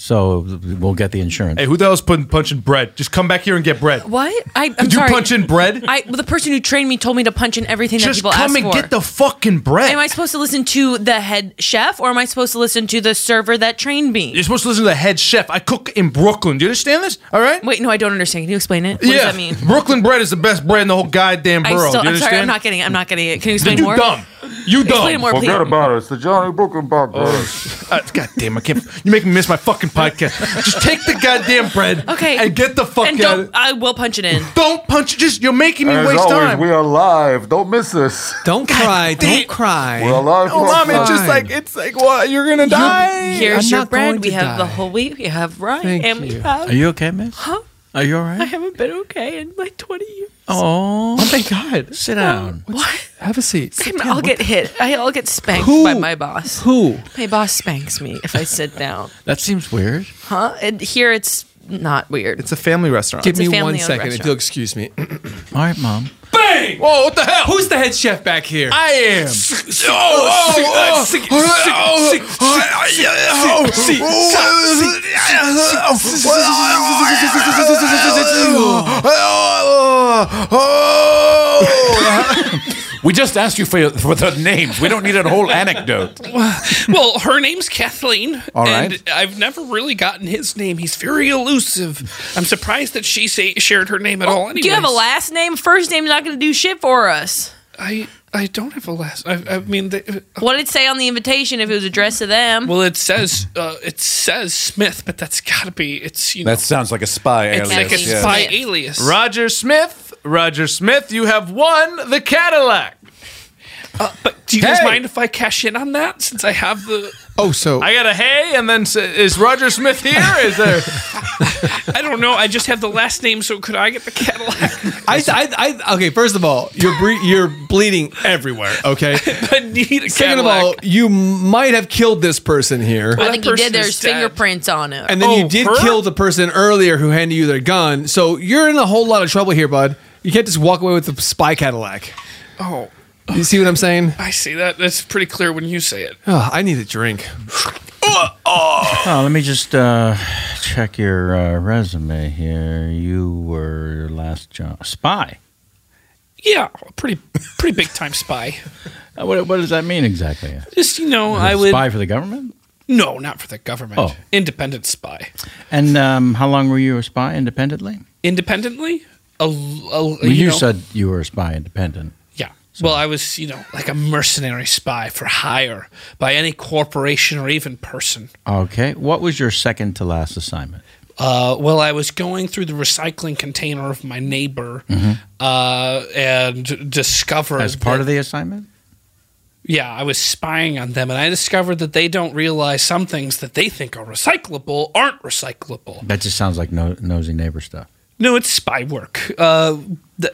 Speaker 3: So we'll get the insurance.
Speaker 11: hey, who the hell's putting punching bread? Just come back here and get bread.
Speaker 6: What? I, I'm
Speaker 11: Did you
Speaker 6: sorry.
Speaker 11: punch in bread?
Speaker 6: I well, the person who trained me told me to punch in everything that
Speaker 11: Just
Speaker 6: people
Speaker 11: come
Speaker 6: ask
Speaker 11: and
Speaker 6: for.
Speaker 11: get the fucking bread.
Speaker 6: Am I supposed to listen to the head chef or am I supposed to listen to the server that trained me?
Speaker 11: You're supposed to listen to the head chef. I cook in Brooklyn. Do you understand this? All right.
Speaker 6: Wait, no, I don't understand. Can you explain it? What
Speaker 11: yeah.
Speaker 6: does that mean?
Speaker 11: Brooklyn bread is the best bread in the whole goddamn
Speaker 6: I
Speaker 11: borough.
Speaker 6: still,
Speaker 11: Do you
Speaker 6: I'm sorry, I'm
Speaker 11: understand?
Speaker 6: not getting it. I'm not getting it. Can you explain
Speaker 11: you
Speaker 6: more?
Speaker 11: dumb. You dumb. Oh,
Speaker 6: Explain it more, Forget please.
Speaker 11: about it. It's the Johnny Brooklyn podcast. God damn, I can't. You make me miss my fucking podcast. Just take the goddamn bread.
Speaker 6: Okay.
Speaker 11: And get the fuck
Speaker 6: and
Speaker 11: out.
Speaker 6: don't, I will punch it in.
Speaker 11: Don't punch it. Just you're making me
Speaker 14: As
Speaker 11: waste
Speaker 14: always,
Speaker 11: time.
Speaker 14: we are live. Don't miss us.
Speaker 5: Don't cry. Don't cry.
Speaker 14: We're alive.
Speaker 11: Oh,
Speaker 14: for
Speaker 11: mom, it's just
Speaker 14: fun.
Speaker 11: like it's like what you're gonna die.
Speaker 6: Here's
Speaker 11: I'm
Speaker 6: your
Speaker 11: not
Speaker 6: bread.
Speaker 11: going
Speaker 6: We
Speaker 11: to
Speaker 6: have the
Speaker 11: die.
Speaker 6: whole wheat. We have rye.
Speaker 11: Thank
Speaker 6: and we
Speaker 11: you.
Speaker 6: have.
Speaker 3: Are you okay, miss?
Speaker 6: Huh?
Speaker 3: Are you all right?
Speaker 6: I haven't been okay in like 20 years.
Speaker 3: Oh, oh my God! Sit down.
Speaker 6: What?
Speaker 5: Have a seat.
Speaker 6: I'm- I'll get hit. I'll get spanked by my boss.
Speaker 5: Who?
Speaker 6: My boss spanks me if I sit down.
Speaker 3: That seems weird.
Speaker 6: Huh? And here it's not weird.
Speaker 12: It's a family restaurant.
Speaker 5: Give
Speaker 6: It's a
Speaker 5: me one
Speaker 6: family-owned
Speaker 5: second, if
Speaker 6: restaurant.
Speaker 5: you'll excuse me.
Speaker 3: All right, mom.
Speaker 5: Bang!
Speaker 11: Whoa! What the hell?
Speaker 5: Who's the head chef back here?
Speaker 11: I am.
Speaker 5: Oh, oh, oh, oh, oh,
Speaker 8: Oh,
Speaker 7: We just asked you for, your, for the names. We don't need a whole anecdote.
Speaker 4: well, her name's Kathleen.
Speaker 7: All
Speaker 4: And
Speaker 7: right.
Speaker 4: I've never really gotten his name. He's very elusive. I'm surprised that she say, shared her name at all. Anyways.
Speaker 6: Do you have a last name? First name's not going to do shit for us.
Speaker 4: I I don't have a last. I, I mean, they,
Speaker 6: What did it say on the invitation if it was addressed to them?
Speaker 4: well, it says uh, it says Smith, but that's gotta be. It's you know.
Speaker 7: That sounds like a spy
Speaker 4: it's
Speaker 7: alias.
Speaker 4: like a
Speaker 7: yeah.
Speaker 4: spy alias.
Speaker 11: Roger Smith. Roger Smith, you have won the Cadillac.
Speaker 6: Uh,
Speaker 4: Do you guys mind if I cash in on that since I have the?
Speaker 15: Oh, so
Speaker 8: I got a hey, and then s- is Roger Smith here? Is there?
Speaker 4: I don't know. I just have the last name, so could I get the Cadillac?
Speaker 5: I, I, I, okay, first of all, you're bre- you're bleeding everywhere. Okay.
Speaker 4: I need a
Speaker 5: Second of
Speaker 6: Cadillac.
Speaker 5: all, you might have killed this person here.
Speaker 6: I think he did. There's fingerprints on it.
Speaker 5: And then you
Speaker 6: Oh,
Speaker 5: did kill the person earlier who handed you their gun. So you're in a whole lot of trouble here, bud. You can't just walk away with the spy Cadillac.
Speaker 4: Oh,
Speaker 5: You see what I'm saying?
Speaker 4: I see that. That's pretty clear when you say it.
Speaker 5: Oh, I need a drink.
Speaker 3: Oh, let me just uh, check your uh, resume here. You were your last job spy.
Speaker 4: Yeah, a pretty pretty big time spy.
Speaker 3: Uh, What, what does that mean exactly?
Speaker 4: Just you know,
Speaker 3: Was it
Speaker 4: I would
Speaker 3: spy for the government.
Speaker 4: No, not for the government.
Speaker 3: Oh.
Speaker 4: Independent spy.
Speaker 3: And um, how long were you a spy independently?
Speaker 4: Independently? A, a-
Speaker 3: Well,
Speaker 4: you
Speaker 3: you
Speaker 4: know-
Speaker 3: said you were a spy independent.
Speaker 4: Yeah. Well, I was, you know, like a mercenary spy for hire by any corporation or even person.
Speaker 3: Okay. What was your second to last assignment?
Speaker 4: Uh, well, I was going through the recycling container of my neighbor
Speaker 3: Mm-hmm.
Speaker 4: uh, and discovered
Speaker 3: As part
Speaker 4: that-
Speaker 3: of the assignment?
Speaker 4: Yeah, I was spying on them, and I discovered that they don't realize some things that they think are recyclable aren't recyclable.
Speaker 3: That just sounds like no, nosy neighbor stuff.
Speaker 4: No, it's spy work. Uh, th-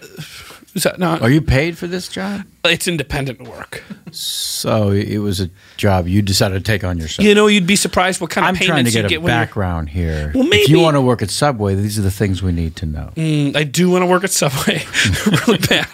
Speaker 4: is that not?
Speaker 3: Are you paid for this job?
Speaker 4: It's independent work.
Speaker 3: So it was a job you decided to take on yourself.
Speaker 4: You know, you'd be surprised what kind
Speaker 3: I'm
Speaker 4: of
Speaker 3: trying to
Speaker 4: payments
Speaker 3: get
Speaker 4: you
Speaker 3: a
Speaker 4: get when you're-
Speaker 3: background here.
Speaker 4: Well,
Speaker 3: if you
Speaker 4: maybe-
Speaker 3: want to work at Subway, these are the things we need to know.
Speaker 4: Mm, I do want to work at Subway really bad.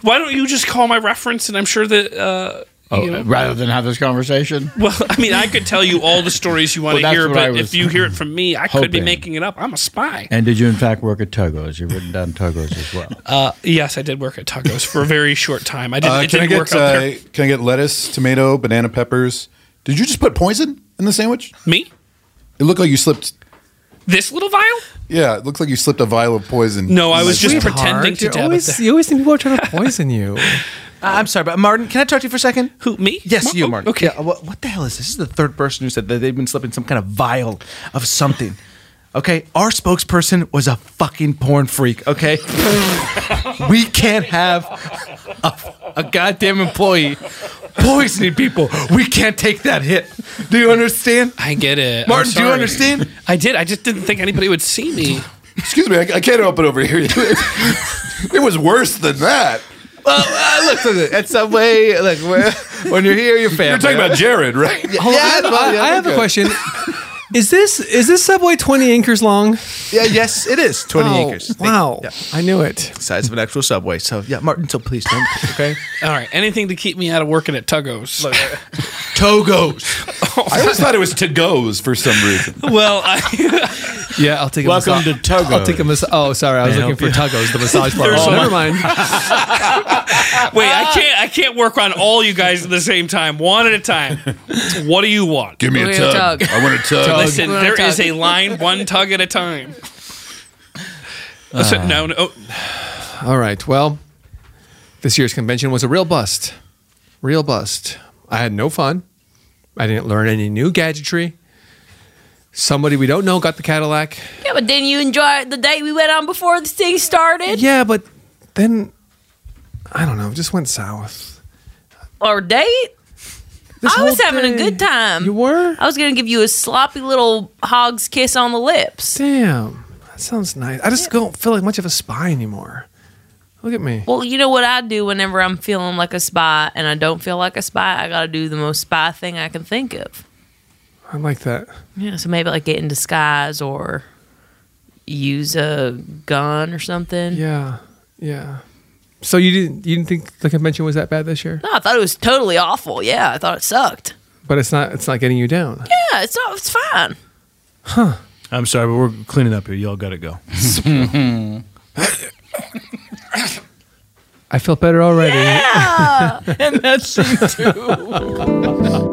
Speaker 4: Why don't you just call my reference, and I'm sure that. Uh,
Speaker 3: Oh,
Speaker 4: you know-
Speaker 3: rather than have this conversation,
Speaker 4: well, I mean, I could tell you all the stories you want
Speaker 3: Well,
Speaker 4: to
Speaker 3: that's
Speaker 4: hear,
Speaker 3: what I
Speaker 4: but
Speaker 3: was
Speaker 4: if you hear it from me, I could be
Speaker 3: hoping.
Speaker 4: making it up. I'm a spy.
Speaker 3: and did you in fact work at Togo's? You've written down Togo's as well.
Speaker 4: Uh, yes, I did work at Tacos for a very short time. I didn't.
Speaker 7: Uh,
Speaker 4: it
Speaker 7: can
Speaker 4: didn't
Speaker 7: I get
Speaker 4: work out
Speaker 7: uh,
Speaker 4: there.
Speaker 7: can I get lettuce, tomato, banana peppers? Did you just put poison in the sandwich?
Speaker 4: Me?
Speaker 7: It looked like you slipped.
Speaker 4: This little vial?
Speaker 7: Yeah, it looks like you slipped a vial of poison.
Speaker 4: No, I was
Speaker 7: Like-
Speaker 4: just pretending to
Speaker 15: You're
Speaker 4: dab
Speaker 15: always-
Speaker 4: it there.
Speaker 15: you always think people are trying to poison you.
Speaker 11: Uh, I'm sorry, but Martin, can I talk to you for a second?
Speaker 4: Who, me?
Speaker 11: Yes,
Speaker 4: Ma-
Speaker 11: you,
Speaker 4: oh,
Speaker 11: Martin.
Speaker 4: okay.
Speaker 11: Yeah, what, what the hell is this? This is the third person who said that they've been slipping some kind of vial of something. Okay, our spokesperson was a fucking porn freak, okay? we can't have a, a goddamn employee poisoning people.
Speaker 15: Oh,
Speaker 11: We can't take that hit. Do you understand?
Speaker 4: I get it. I'm
Speaker 11: Martin, do you
Speaker 4: sorry.
Speaker 11: understand?
Speaker 4: I did. I just didn't think anybody would see me.
Speaker 7: Excuse me, I, I can't open over here. it was worse than that.
Speaker 11: Well, uh, look, look, look, at Subway, look, when, when you're here, you're family.
Speaker 7: You're talking about Jared, right?
Speaker 11: Yeah,
Speaker 5: Hold on, I have- I, I have a question. Is this is this subway twenty acres long?
Speaker 11: Yeah, yes, it is 20
Speaker 5: Oh,
Speaker 11: acres. Thank-
Speaker 5: Wow,
Speaker 11: yeah.
Speaker 5: I knew it.
Speaker 11: Size of an actual subway. So, yeah, Martin, so please don't, okay?
Speaker 4: All right. Anything to keep me out of working at Tugos.
Speaker 11: Togos.
Speaker 7: I always thought it was to goes for some reason.
Speaker 4: well, I,
Speaker 5: Yeah, I'll take. A
Speaker 3: Welcome
Speaker 5: massa-
Speaker 3: to Togo.
Speaker 5: I'll take a mas- Oh, sorry, I was
Speaker 3: May I
Speaker 5: looking for
Speaker 3: help
Speaker 5: Tugos, the massage bar.
Speaker 4: There's
Speaker 5: Oh,
Speaker 4: one.
Speaker 5: never mind.
Speaker 4: wait, I can't. I can't work on all you guys at the same time, one at a time. What do you want?
Speaker 7: Give me
Speaker 6: Give
Speaker 7: a
Speaker 6: me a
Speaker 7: tug.
Speaker 6: tug.
Speaker 7: I want a tug.
Speaker 4: Listen,
Speaker 6: We're on
Speaker 4: there
Speaker 6: tug.
Speaker 4: is a line, one tug at a time. Listen, no, no. oh,
Speaker 5: All right. Well, this year's convention was a real bust. Real bust. I had no fun. I didn't learn any new gadgetry. Somebody we don't know got the Cadillac.
Speaker 6: Yeah, but didn't you enjoy the date we went on before this thing started?
Speaker 5: Yeah, but then I don't know. It just went south.
Speaker 6: Or date?
Speaker 5: This
Speaker 6: I was
Speaker 5: whole
Speaker 6: having a
Speaker 5: thing-
Speaker 6: good time.
Speaker 5: You were?
Speaker 6: I was gonna give you a sloppy little hog's kiss on the lips.
Speaker 5: Damn. That sounds nice. I just don't feel like much of a spy anymore. Look at me.
Speaker 6: Well, you know what I do whenever I'm feeling like a spy and I don't feel like a spy, I gotta do the most spy thing I can think of.
Speaker 5: I like that.
Speaker 6: Yeah, so maybe like get in disguise or use a gun or something.
Speaker 5: Yeah. Yeah. So you didn't you didn't think the convention was that bad this year?
Speaker 6: No, I thought it was totally awful. Yeah, I thought it sucked.
Speaker 5: But it's not it's not getting you down.
Speaker 6: Yeah, it's not, it's fine.
Speaker 8: I'm sorry, but we're cleaning up here. Y'all got to go.
Speaker 5: I feel better already.
Speaker 6: Yeah, and that's too.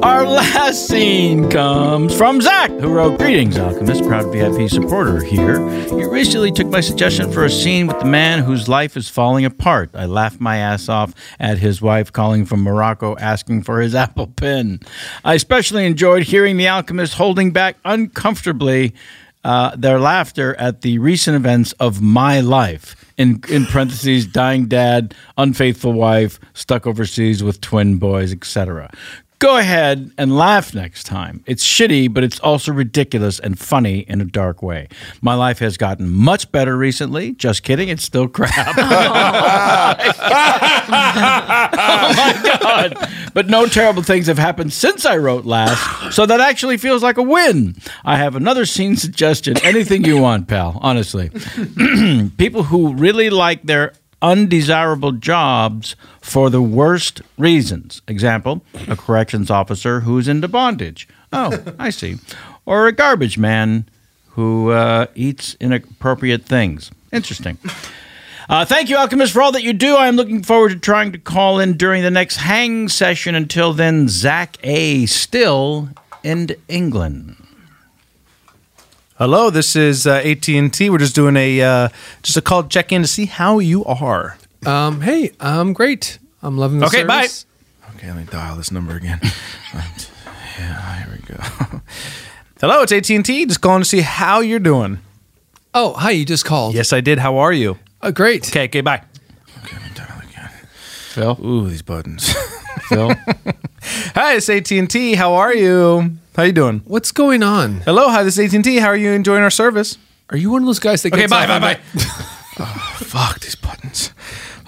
Speaker 3: Our last scene comes from Zach, who wrote Greetings, Alchemist, proud VIP supporter here. You recently took my suggestion for a scene with the man whose life is falling apart. I laughed my ass off at his wife calling from Morocco asking for his Apple Pen. I especially enjoyed hearing the alchemist holding back uncomfortably uh, their laughter at the recent events of my life. In, in parentheses, dying dad, unfaithful wife, stuck overseas with twin boys, etc. Go ahead and laugh next time. It's shitty, but it's also ridiculous and funny in a dark way. My life has gotten much better recently. Just kidding, it's still Oh crap. but no terrible things have happened since I wrote last, so that actually feels like a win. I have another scene suggestion. Anything you want, pal, honestly. People who really like their undesirable jobs for the worst reasons. Example, a corrections officer who's into bondage. Oh, I see. Or a garbage man who uh, eats inappropriate things. Interesting. Uh, thank you, Alchemist, for all that you do. I am looking forward to trying to call in during the next hang session. Until then, Zach A. Still in England.
Speaker 11: Hello, this is uh, AT and T. We're just doing a uh, just a call check in to see how you are.
Speaker 16: Um, hey, I'm great. I'm loving the
Speaker 11: Okay, bye.
Speaker 16: service.
Speaker 11: Okay, let me dial this number again. yeah, here we go. Hello, it's AT and T. Just calling to see how you're doing.
Speaker 16: Oh, hi! You just called.
Speaker 11: Yes, I did. How are you?
Speaker 16: Uh, great.
Speaker 11: Okay. Okay. Bye.
Speaker 3: Phil.
Speaker 11: Ooh, these buttons.
Speaker 3: Phil.
Speaker 11: Oh. Hi, it's AT and T. How are you? How you doing?
Speaker 16: What's going on?
Speaker 11: Hello, hi. This is AT and T. How are you enjoying our service?
Speaker 16: Are you one of those guys that
Speaker 11: okay?
Speaker 16: gets
Speaker 11: Bye.
Speaker 16: off
Speaker 11: Bye.
Speaker 16: on
Speaker 11: Bye.
Speaker 16: that-
Speaker 11: oh, fuck these buttons.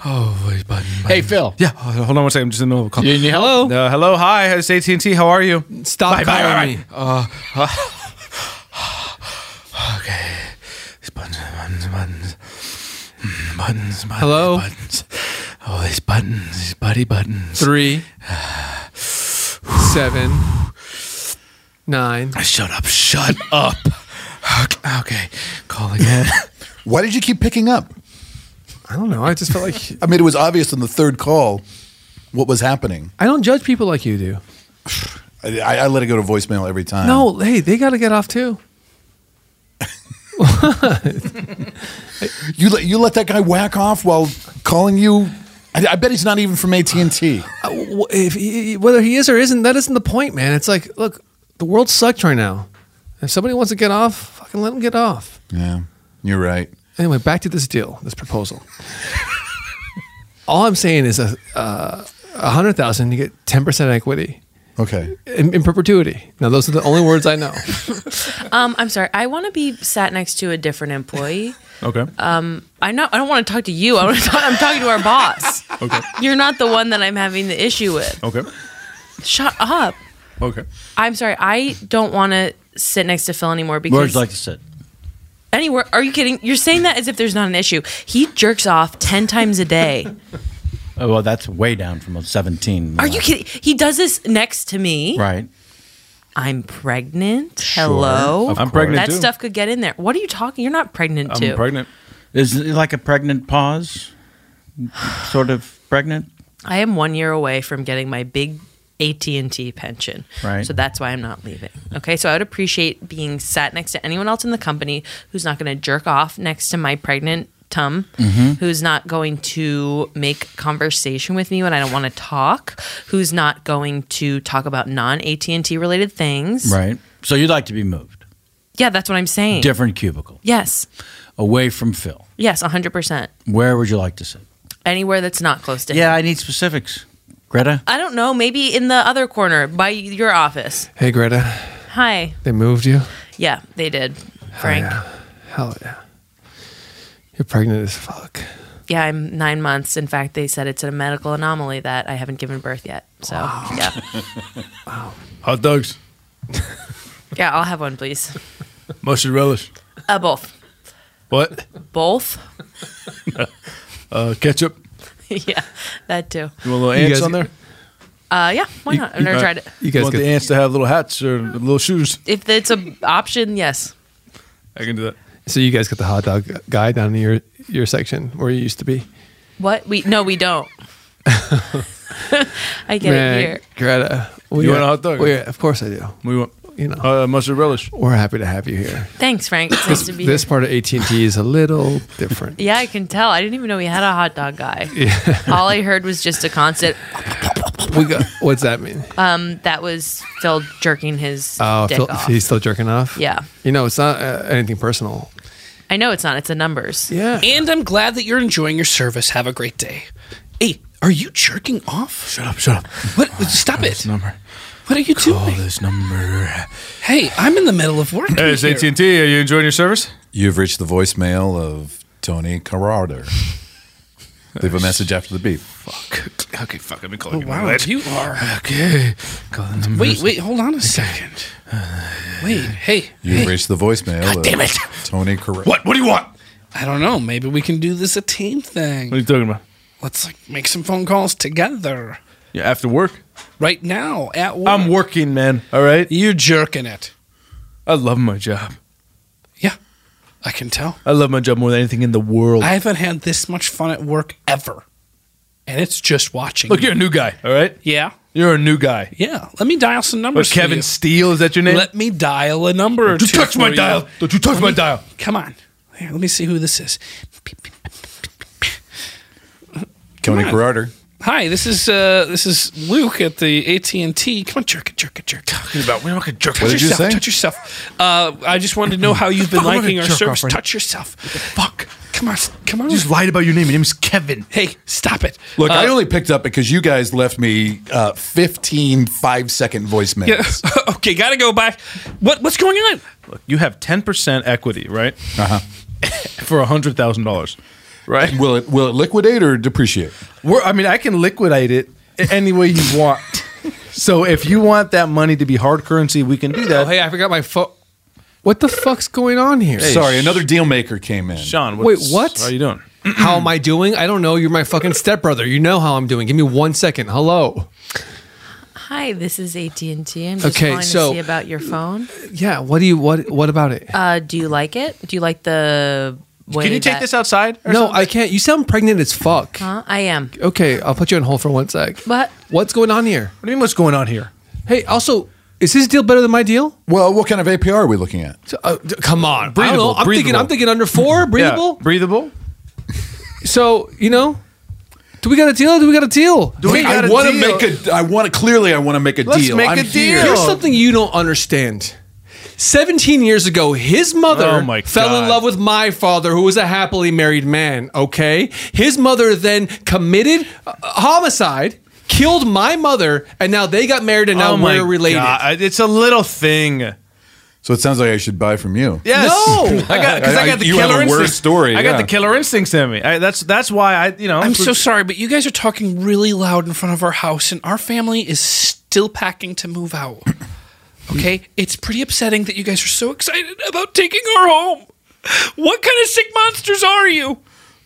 Speaker 11: Oh, these buttons.
Speaker 16: Hey, Phil.
Speaker 11: Yeah. Oh, hold on one second. I'm just in the middle of a call.
Speaker 16: You need help?
Speaker 11: Uh, hello. Hi. It's AT and T. How are you?
Speaker 16: Stop
Speaker 11: Bye. Bye.
Speaker 16: calling
Speaker 11: Bye.
Speaker 16: me.
Speaker 11: bye. Uh, uh, okay. These buttons. Buttons. Buttons. Mm, Buttons. buttons
Speaker 16: Hello?
Speaker 11: Buttons. Oh, these buttons. These buddy buttons.
Speaker 16: Three, seven, nine.
Speaker 11: Shut up. Shut up. Okay, okay. Call again.
Speaker 7: Why did you keep picking up?
Speaker 16: I don't know. I just felt like
Speaker 7: I mean, it was obvious on the third call what was happening.
Speaker 16: I don't judge people like you do.
Speaker 7: I, I, I let it go to voicemail every time.
Speaker 16: No, hey, they got to get off too.
Speaker 7: you let you let that guy whack off while calling you. I, I bet he's not even from AT and T.
Speaker 16: Uh, wh- If he, whether he is or isn't, that isn't the point, man. It's like, look, the world sucked right now. If somebody wants to get off, fucking let them get off.
Speaker 7: Yeah, you're right.
Speaker 16: Anyway, back to this deal, this proposal. All I'm saying is a uh, a hundred thousand, you get ten percent equity
Speaker 7: Okay.
Speaker 16: in, in perpetuity. Now, those are the only words I know.
Speaker 6: Um, I'm sorry. I want to be sat next to a different employee.
Speaker 11: Okay.
Speaker 6: Um, I not. I don't want to talk to you. I wanna talk, I'm talking to our boss.
Speaker 11: Okay.
Speaker 6: You're not the one that I'm having the issue with.
Speaker 11: Okay.
Speaker 6: Shut up.
Speaker 11: Okay.
Speaker 6: I'm sorry. I don't want to sit next to Phil anymore because
Speaker 3: Where would you like to sit?
Speaker 6: anywhere. Are you kidding? You're saying that as if there's not an issue. He jerks off ten times a day.
Speaker 3: Oh, well, that's way down from a 17.
Speaker 6: Are you kidding? He does this next to me.
Speaker 3: Right.
Speaker 6: I'm pregnant. Hello.
Speaker 3: of I'm course. pregnant
Speaker 6: That
Speaker 3: too.
Speaker 6: stuff could get in there. What are you talking? You're not pregnant too.
Speaker 3: Is it like a pregnant pause? Sort of pregnant?
Speaker 6: I am one year away from getting my big AT and T pension,
Speaker 3: Right.
Speaker 6: So that's why I'm not leaving. Okay, so I would appreciate being sat next to anyone else in the company who's not going to jerk off next to my pregnant tum,
Speaker 3: Mm-hmm.
Speaker 17: Mhm.
Speaker 6: who's not going to make conversation with me when I don't want to talk, who's not going to talk about non AT and T related things.
Speaker 3: Right. So you'd like to be moved.
Speaker 6: Yeah, that's what I'm saying.
Speaker 3: Different cubicle.
Speaker 6: Yes.
Speaker 3: Away from Phil.
Speaker 6: Yes. hundred percent.
Speaker 3: Where would you like to sit?
Speaker 6: Anywhere that's not close to
Speaker 3: Yeah,
Speaker 6: him.
Speaker 3: I need specifics. Greta?
Speaker 6: I don't know. Maybe in the other corner by your office.
Speaker 16: Hey, Greta,
Speaker 6: Hi.
Speaker 16: they moved you.
Speaker 6: Yeah, they did. Frank.
Speaker 16: Hell yeah. Hell yeah. You're pregnant as fuck.
Speaker 6: Yeah, I'm nine months. In fact, they said it's a medical anomaly that I haven't given birth yet. So
Speaker 11: Oh,
Speaker 6: yeah,
Speaker 8: Hot dogs,
Speaker 6: yeah, I'll have one, please.
Speaker 8: mustard relish,
Speaker 6: Uh, both,
Speaker 8: what?
Speaker 6: both.
Speaker 8: uh, ketchup.
Speaker 6: yeah, that too.
Speaker 8: You want little
Speaker 6: You
Speaker 8: ants
Speaker 6: guys-
Speaker 8: on there?
Speaker 6: Uh, yeah, why not? I've never tried it.
Speaker 8: You guys want the ants to have little hats or little shoes?
Speaker 6: If it's an option, yes.
Speaker 8: I can do that.
Speaker 16: So you guys got the hot dog guy down in your your section where you used to be.
Speaker 6: What we? No, we don't. I get
Speaker 16: Man,
Speaker 6: it here.
Speaker 16: Greta. we
Speaker 8: You
Speaker 16: are-
Speaker 8: want a hot dog?
Speaker 16: we are- of course I do.
Speaker 8: We want
Speaker 16: you know
Speaker 8: uh, mustard relish.
Speaker 16: We're happy to have you here.
Speaker 6: Thanks, Frank. It's nice to be
Speaker 16: This
Speaker 6: here.
Speaker 16: part of AT and T is a little different.
Speaker 6: Yeah, I can tell. I didn't even know we had a hot dog guy.
Speaker 16: Yeah.
Speaker 6: All I heard was just a constant.
Speaker 5: we got, what's that mean?
Speaker 6: Um, that was Phil jerking his
Speaker 5: Oh,
Speaker 6: dick
Speaker 5: Phil-
Speaker 6: off.
Speaker 5: he's still jerking off.
Speaker 6: Yeah.
Speaker 5: You know, it's not uh, anything personal.
Speaker 6: I know it's not. It's the numbers. Yeah.
Speaker 4: And I'm glad that you're enjoying your service. Have a great day. Hey, are you jerking off? Shut up, shut up. What? Stop it. Number. What are you doing? this number. Hey, I'm in the middle of work.
Speaker 8: Hey, it's
Speaker 4: here.
Speaker 8: AT and T. Are you enjoying your service?
Speaker 7: You've reached the voicemail of Tony Carrader. Leave a message after the beep. Fuck.
Speaker 8: Okay, fuck. Let me call
Speaker 4: Oh,
Speaker 8: you.
Speaker 4: wow, you are.
Speaker 8: Okay.
Speaker 4: Wait, wait, hold on a second.
Speaker 8: Uh,
Speaker 4: Wait, hey.
Speaker 7: You've
Speaker 4: hey.
Speaker 7: reached the voicemail
Speaker 4: God
Speaker 7: of
Speaker 4: damn it.
Speaker 7: Tony Carrader.
Speaker 4: What? What do you want? I don't know. Maybe we can do this a team thing.
Speaker 8: What are you talking about?
Speaker 4: Let's like make some phone calls together
Speaker 8: Yeah, after work.
Speaker 4: right now at work.
Speaker 8: I'm working, man. All right.
Speaker 4: You're jerking it.
Speaker 8: I love my job.
Speaker 4: I can tell.
Speaker 8: I love my job more than anything in the world.
Speaker 4: I haven't had this much fun at work ever, and it's just watching.
Speaker 8: Look, you're a new guy. All right.
Speaker 4: Yeah.
Speaker 8: You're a new guy.
Speaker 4: Yeah. Let me dial some
Speaker 8: But
Speaker 4: numbers. for
Speaker 8: Kevin
Speaker 4: you.
Speaker 8: Steele, is that your name?
Speaker 4: Let me dial a number. or
Speaker 8: Don't you
Speaker 4: two
Speaker 8: touch
Speaker 4: for
Speaker 8: my
Speaker 4: you.
Speaker 8: dial. Don't you touch
Speaker 4: Let
Speaker 8: my
Speaker 4: me-
Speaker 8: dial.
Speaker 4: Come on. Here, let me see who this is.
Speaker 7: Tony
Speaker 4: on.
Speaker 7: Carrader.
Speaker 4: Hi, this is uh, this is Luke at the AT and T. Come on, jerk it, jerk it, jerk. Talking
Speaker 8: about we don't get jerk.
Speaker 4: Touch
Speaker 7: What did you
Speaker 4: yourself,
Speaker 7: say?
Speaker 4: Touch yourself. Uh, I just wanted to know how you've been
Speaker 8: Fuck, I'm not
Speaker 4: liking
Speaker 8: gonna
Speaker 4: our
Speaker 8: jerk
Speaker 4: service.
Speaker 8: off right now.
Speaker 4: touch yourself. Fuck. Come on, come on.
Speaker 8: You just lied about your name. Your name's Kevin.
Speaker 4: Hey, stop it.
Speaker 7: Look, I
Speaker 4: Uh,
Speaker 7: only picked up because you guys left me uh, 15 five second voicemails.
Speaker 4: Yeah. okay, gotta go back. What what's going on?
Speaker 8: Look, you have ten percent equity, right?
Speaker 7: Uh-huh.
Speaker 8: Uh huh. For hundred thousand dollars, right?
Speaker 7: Will it will it liquidate or depreciate?
Speaker 11: We're, I mean, I can liquidate it a- any way you want. so if you want that money to be hard currency, we can do
Speaker 8: Oh,
Speaker 11: that.
Speaker 5: hey, I forgot my phone. What the fuck's going on here?
Speaker 7: Sorry, another deal maker came in.
Speaker 8: Sean,
Speaker 5: Wait, what?
Speaker 8: How are you doing?
Speaker 5: how am I doing? I don't know. You're my fucking stepbrother. You know how I'm doing. Give me one second. Hello.
Speaker 6: Hi, this is AT and T. I'm just
Speaker 5: Okay,
Speaker 6: calling
Speaker 5: so-
Speaker 6: to see about your phone.
Speaker 5: Yeah. What do you what What about it?
Speaker 6: Uh, do you like it? Do you like the? Way
Speaker 11: Can you take
Speaker 6: that-
Speaker 11: this outside?
Speaker 5: No, I can't. You sound pregnant as fuck.
Speaker 6: Huh? I am.
Speaker 5: Okay, I'll put you on hold for one sec.
Speaker 6: What?
Speaker 5: What's going on here?
Speaker 11: What do you mean? What's going on here?
Speaker 5: Hey, also, is his deal better than my deal?
Speaker 7: Well, what kind of APR are we looking at?
Speaker 5: Uh, d- come on, I don't
Speaker 11: Breathable,
Speaker 5: know. I'm thinking. I'm
Speaker 11: breathable.
Speaker 5: thinking under four, breathable.
Speaker 11: breathable.
Speaker 5: So you know, do we got a deal? Do we got a deal?
Speaker 7: Do we I want to make a. I want to clearly. I want to make a
Speaker 5: Let's
Speaker 7: deal.
Speaker 5: make
Speaker 7: I'm
Speaker 5: a deal.
Speaker 7: here.
Speaker 5: Here's something you don't understand. 17 years ago, his mother
Speaker 8: Oh my
Speaker 5: fell
Speaker 8: God.
Speaker 5: in love with my father, who was a happily married man, okay? His mother then committed uh, homicide, killed my mother, and now they got married and now
Speaker 8: Oh my
Speaker 5: we're related.
Speaker 8: God, It's a little thing.
Speaker 7: So it sounds like I should buy from you.
Speaker 8: Yes.
Speaker 5: No!
Speaker 8: Oh, I got because I,
Speaker 7: I-
Speaker 8: got the
Speaker 7: you have
Speaker 8: killer
Speaker 7: a worse
Speaker 8: instinct.
Speaker 7: story,
Speaker 8: I got
Speaker 7: yeah.
Speaker 8: the killer instincts in me. I, that's that's why I you know
Speaker 4: I'm so sorry, but you guys are talking really loud in front of our house, and our family is still packing to move out. Okay? It's pretty upsetting that you guys are so excited about taking our home. What kind of sick monsters are you?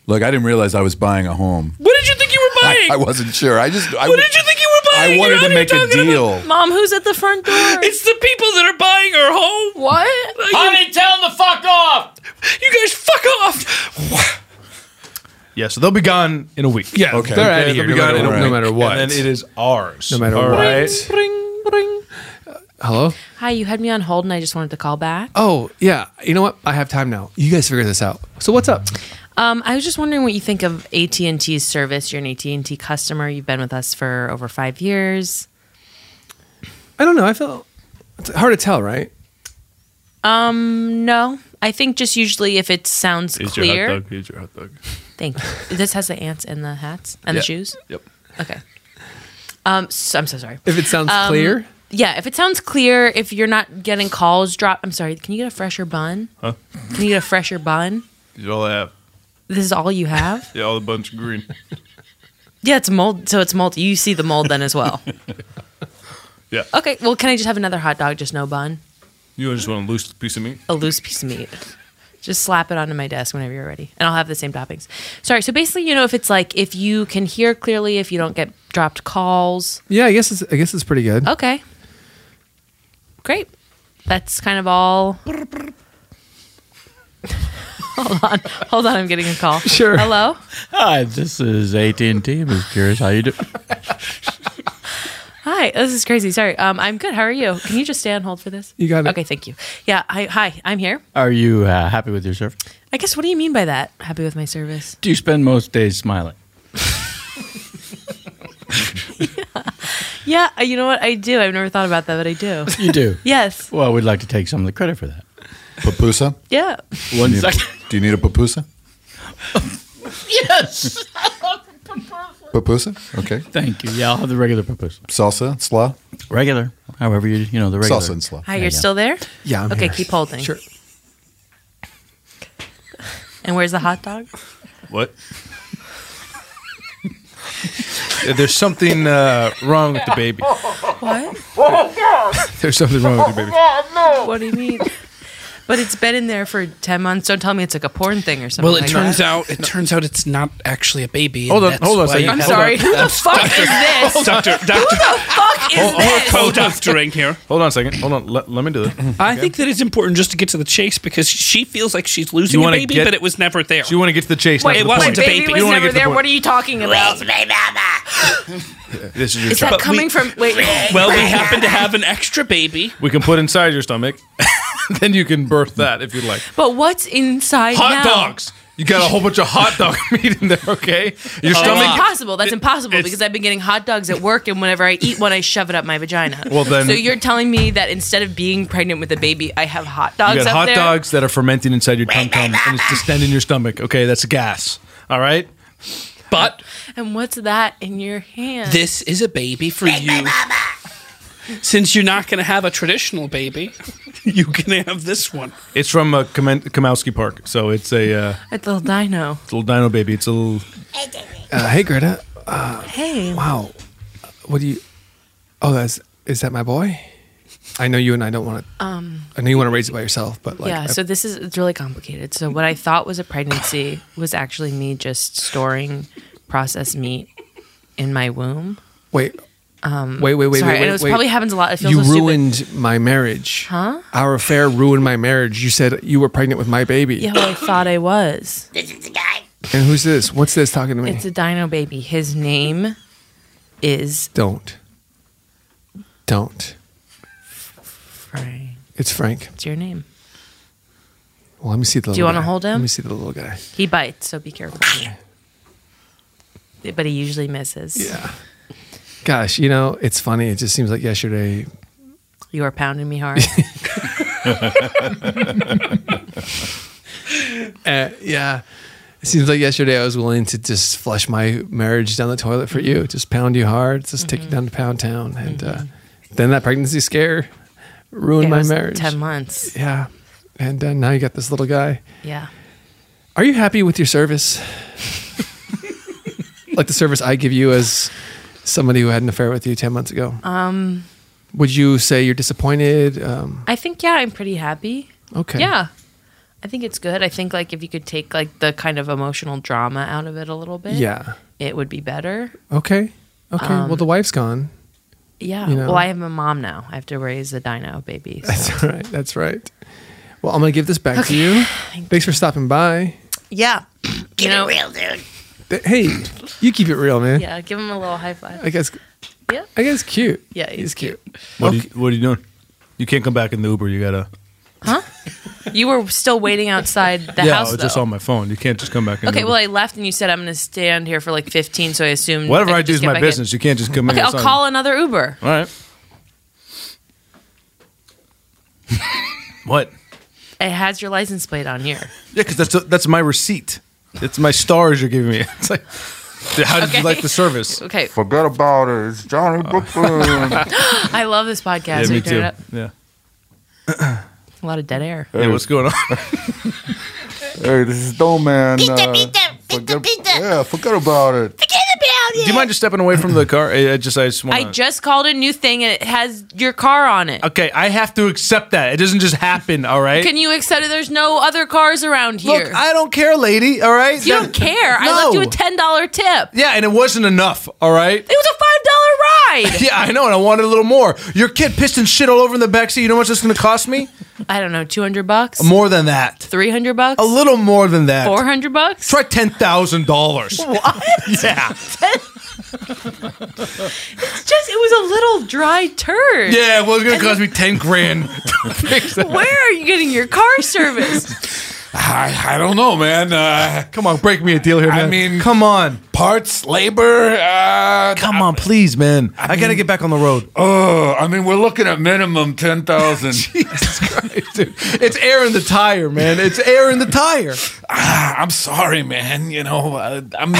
Speaker 7: Look, I didn't realize I was buying a home.
Speaker 4: What did you think you were
Speaker 7: I,
Speaker 4: buying?
Speaker 7: I wasn't sure. I just. I,
Speaker 4: what did you think you were buying?
Speaker 7: I wanted
Speaker 4: You're
Speaker 7: to
Speaker 4: out
Speaker 7: make
Speaker 4: here
Speaker 7: a
Speaker 4: talking about-
Speaker 7: deal.
Speaker 6: Mom, who's at the front door?
Speaker 4: It's the people that are buying our home.
Speaker 6: What?
Speaker 4: Honey,
Speaker 8: tell them to fuck off.
Speaker 4: You guys fuck off.
Speaker 8: yeah. So they'll be gone in a week.
Speaker 5: Yeah,
Speaker 8: Okay.
Speaker 5: they're outta
Speaker 8: Okay,
Speaker 5: here,
Speaker 8: They'll be
Speaker 5: no
Speaker 8: gone
Speaker 5: matter
Speaker 8: in a
Speaker 5: what.
Speaker 8: week.
Speaker 5: No matter what.
Speaker 8: And then it is ours.
Speaker 5: No matter
Speaker 8: All
Speaker 5: what.
Speaker 8: right?
Speaker 6: Bring, bring.
Speaker 5: Hello?
Speaker 6: Hi, you had me on hold, and I just wanted to call back.
Speaker 5: Oh, yeah. You know what? I have time now. You guys figure this out. So what's up?
Speaker 6: Um, I was just wondering what you think of AT and T's service. You're an AT and T customer. You've been with us for over five years.
Speaker 5: I don't know. I feel it's hard to tell, right?
Speaker 6: Um, no, I think just usually if it sounds
Speaker 8: Here's your
Speaker 6: clear.
Speaker 8: hot dog. Here's your hot dog.
Speaker 6: Thank you. this has the ants and the hats and
Speaker 8: Yeah.
Speaker 6: the shoes.
Speaker 8: Yep.
Speaker 6: Okay. Um, so, I'm so sorry.
Speaker 5: If it sounds
Speaker 6: Um,
Speaker 5: clear?
Speaker 6: Yeah, if it sounds clear, if you're not getting calls, drop. I'm sorry. Can you get a fresher bun?
Speaker 8: Huh?
Speaker 6: Can you get a fresher bun?
Speaker 8: These are all I have.
Speaker 6: This is all you have.
Speaker 8: Yeah, all a bunch of green.
Speaker 6: Yeah, it's mold. So it's mold. You see the mold then as well.
Speaker 8: Yeah.
Speaker 6: Okay. Well, can I just have another hot dog, just no bun,
Speaker 8: You just want a loose piece of meat?
Speaker 6: a loose piece of meat? Just slap it onto my desk whenever you're ready, and I'll have the same toppings. Sorry. So basically, you know, if it's like if you can hear clearly, if you don't get dropped calls,
Speaker 5: Yeah, I guess it's I guess it's pretty good.
Speaker 6: okay, great. That's kind of all. hold on, hold on. I'm getting a call.
Speaker 3: Sure.
Speaker 6: Hello.
Speaker 3: Hi, this is AT&T. I'm just curious how you do.
Speaker 6: Hi, this is crazy. Sorry. Um, I'm good. How are you? Can you just stay on hold for this?
Speaker 3: You got it.
Speaker 6: Okay, thank you. Yeah. Hi, hi. I'm here.
Speaker 3: Are you uh, happy with your service?
Speaker 6: I guess. What do you mean by that? Happy with my service?
Speaker 3: Do you spend most days smiling?
Speaker 6: Yeah, uh, you know what? I do. I've never thought about that, but I do.
Speaker 3: You do?
Speaker 6: Yes.
Speaker 3: Well, we'd like to take some of the credit for that.
Speaker 7: Papusa?
Speaker 6: Yeah.
Speaker 7: One
Speaker 3: One second.
Speaker 7: Do you need a papusa?
Speaker 3: yes.
Speaker 7: Papusa? Okay.
Speaker 3: Thank you. Yeah, I'll have the regular papusa.
Speaker 7: Salsa, slaw?
Speaker 3: Regular. However you, you know, the regular.
Speaker 7: Salsa and slaw.
Speaker 6: Hi, you're still there?
Speaker 7: Yeah, I'm
Speaker 6: okay,
Speaker 7: here.
Speaker 6: keep holding. Sure. And where's the hot dog?
Speaker 8: What? There's something uh, wrong with the baby.
Speaker 6: What?
Speaker 8: There's something wrong with the baby.
Speaker 6: What do you mean? But it's been in there for ten months. Don't tell me it's like a porn thing or something.
Speaker 4: Well, it
Speaker 6: like
Speaker 4: turns
Speaker 6: that.
Speaker 4: out it turns out it's not actually a baby.
Speaker 8: Hold on- hold on a second.
Speaker 6: I'm sorry. Who the fuck is this?
Speaker 8: Doctor, doctor.
Speaker 6: Fuck is
Speaker 8: Hold-
Speaker 6: this?
Speaker 8: hold-
Speaker 4: Co-doctoring here.
Speaker 8: Hold on a second. Hold on. Let, let me do it.
Speaker 4: I think that it's important just to get to the chase because she feels like she's losing a
Speaker 8: You wanna
Speaker 4: baby,
Speaker 8: get-
Speaker 4: but it was never there.
Speaker 8: So you want to get to the chase?
Speaker 4: Wait,
Speaker 8: not to
Speaker 4: it
Speaker 8: the
Speaker 4: wasn't
Speaker 8: point.
Speaker 4: a baby.
Speaker 6: Baby was
Speaker 8: You wanna
Speaker 6: never
Speaker 8: get to the
Speaker 6: there.
Speaker 8: point.
Speaker 6: What are you talking about?
Speaker 8: This is your
Speaker 6: Is that
Speaker 8: child.
Speaker 6: coming from? Wait.
Speaker 4: Well, we happen to have an extra baby.
Speaker 8: We can put inside your stomach. then you can birth that if you'd like.
Speaker 6: But what's inside?
Speaker 8: Hot
Speaker 6: now?
Speaker 8: dogs. You got a whole bunch of hot dog meat in there. Okay, your stomach.
Speaker 6: That's impossible. That's impossible because I've been getting hot dogs at work, and whenever I eat one, I shove it up my vagina.
Speaker 8: Well, then-
Speaker 6: so you're telling me that instead of being pregnant with a baby, I have hot dogs
Speaker 8: You got
Speaker 6: up
Speaker 8: hot
Speaker 6: there.
Speaker 8: dogs that are fermenting inside your tum tum, and it's distending your stomach. Okay, that's gas. All right.
Speaker 4: But
Speaker 6: And what's that in your hand?
Speaker 4: this is a baby for you. Since you're not going to have a traditional baby, you can have this one.
Speaker 8: It's from uh, Kamen- Kamowski Park, so it's a uh,
Speaker 6: It's a little dino.
Speaker 8: it's a little dino baby. It's a little.
Speaker 5: Uh, hey, Greta. Uh,
Speaker 6: hey.
Speaker 5: Wow. What do you? Oh, that's is that my boy? I know you and I don't want to.
Speaker 6: Um,
Speaker 5: I know you want to raise it by yourself, but like, uh,
Speaker 6: yeah.
Speaker 5: I-
Speaker 6: so this is it's really complicated. So what I thought was a pregnancy was actually me just storing processed meat in my womb.
Speaker 5: wait,
Speaker 6: Um,
Speaker 5: wait, wait, wait,
Speaker 6: sorry,
Speaker 5: wait,
Speaker 6: and
Speaker 5: wait,
Speaker 6: it was-
Speaker 5: wait.
Speaker 6: probably happens a lot. It feels
Speaker 5: you
Speaker 6: so stupid.
Speaker 5: ruined my marriage.
Speaker 6: Huh?
Speaker 5: Our affair ruined my marriage. You said you were pregnant with my baby.
Speaker 6: Yeah, well, I thought I was.
Speaker 5: And who's this? What's this talking to me?
Speaker 6: It's a dino baby. His name is
Speaker 5: don't, don't.
Speaker 6: Frank.
Speaker 5: It's Frank.
Speaker 6: It's your name.
Speaker 5: Well, let me see the.
Speaker 6: Do you
Speaker 5: little
Speaker 6: wanna
Speaker 5: guy.
Speaker 6: hold him?
Speaker 5: Let me see the little guy.
Speaker 6: He bites, so be careful. but he usually misses.
Speaker 5: Yeah. Gosh, you know, it's funny. It just seems like yesterday.
Speaker 6: You are pounding me hard.
Speaker 5: Uh, yeah. It seems like yesterday I was willing to just flush my marriage down the toilet for you, just pound you hard, just take you
Speaker 6: Mm-hmm.
Speaker 5: down to Pound Town. And uh, then that pregnancy scare ruined
Speaker 6: It
Speaker 5: my
Speaker 6: was
Speaker 5: marriage.
Speaker 6: Ten months.
Speaker 5: Yeah. And uh, now you got this little guy.
Speaker 6: Yeah.
Speaker 5: Are you happy with your service? like the service I give you as somebody who had an affair with you 10 months ago?
Speaker 6: Um,
Speaker 5: Would you say you're disappointed? Um,
Speaker 6: I think yeah, I'm pretty happy.
Speaker 5: Okay.
Speaker 6: Yeah. I think it's good. I think like if you could take like the kind of emotional drama out of it a little bit.
Speaker 5: Yeah.
Speaker 6: It would be better.
Speaker 5: okay. Okay. well,
Speaker 6: Um,
Speaker 5: the wife's gone.
Speaker 6: Yeah.
Speaker 5: You know.
Speaker 6: Well, I am a mom now. I have to raise a dino baby. so-
Speaker 5: That's right. That's right. Well, I'm going to give this back to you. Thanks for stopping by.
Speaker 6: Yeah.
Speaker 9: Get
Speaker 6: know-
Speaker 9: it real, dude.
Speaker 5: Th- Hey, you keep it real,
Speaker 8: Eh?
Speaker 5: man.
Speaker 6: Yeah. Give him a little high five.
Speaker 5: I guess.
Speaker 6: Yeah.
Speaker 5: I guess cute.
Speaker 6: Yeah, he's
Speaker 5: cute.
Speaker 8: What, are you, what are you doing? You can't come back in the Uber. You gotta.
Speaker 6: Huh? you were still waiting outside the
Speaker 8: yeah,
Speaker 6: house.
Speaker 8: it's just
Speaker 6: though.
Speaker 8: on my phone. You can't just come back in. the
Speaker 6: Okay,
Speaker 8: Uber.
Speaker 6: well, I left and you said I'm going to stand here for like 15, so I assumed.
Speaker 8: whatever I,
Speaker 6: could
Speaker 8: do
Speaker 6: just
Speaker 8: is
Speaker 6: get
Speaker 8: my
Speaker 6: back in.
Speaker 8: business. You can't just come in.
Speaker 6: Okay, I'll
Speaker 8: outside.
Speaker 6: call another Uber.
Speaker 8: All right. what?
Speaker 6: It has your license plate on here.
Speaker 8: Yeah, because that's that's my receipt. It's my stars you're giving me. It's like, how did
Speaker 6: Okay.
Speaker 8: you like the service? Oh.
Speaker 6: Okay.
Speaker 18: Forget about it. It's Johnny Brooklyn.
Speaker 6: Mm. I love this podcast.
Speaker 8: yeah,
Speaker 6: We
Speaker 8: me
Speaker 6: turn it
Speaker 8: too.
Speaker 6: up.
Speaker 8: Yeah.
Speaker 6: A lot of dead air.
Speaker 8: Hey, what's going on?
Speaker 18: hey, this is Dough Man.
Speaker 9: Pizza,
Speaker 18: uh,
Speaker 9: pizza,
Speaker 18: forget, Yeah, forget about it.
Speaker 8: Do you mind just stepping away from the car? I I just I just want.
Speaker 6: I just called a new thing and it has your car on it.
Speaker 8: Okay, I have to accept that. It doesn't just happen. All right.
Speaker 6: Can you accept it? There's no other cars around here.
Speaker 8: Look, I don't care, lady. All right.
Speaker 6: you don't care. I left you a
Speaker 8: No.
Speaker 6: ten dollar tip.
Speaker 8: Yeah, and it wasn't enough. All right.
Speaker 6: It was a five dollar ride.
Speaker 8: Yeah, I know, and I wanted a little more. Your kid pissed and shit all over in the backseat. You know how much that's going to cost me?
Speaker 6: I don't know, two hundred bucks,
Speaker 8: More than that.
Speaker 6: three hundred bucks,
Speaker 8: A little more than that.
Speaker 6: four hundred bucks.
Speaker 8: Try ten thousand dollars.
Speaker 6: What?
Speaker 8: Yeah.
Speaker 6: It's just it was a little dry turd.
Speaker 8: Yeah, well, it's going to cost me ten grand.
Speaker 6: Where are you getting your car serviced?
Speaker 7: I, I don't know, Oh, man. Uh, Come on, break me a deal here, I
Speaker 8: man.
Speaker 7: mean, Come on. Parts, labor. Uh, Come on, please, man. I, got to get back on the road. Oh, I mean, we're looking at minimum 10,000.
Speaker 8: It's air in the tire, man. It's air in the tire.
Speaker 7: Ah, I'm sorry, man. You know, uh, I'm.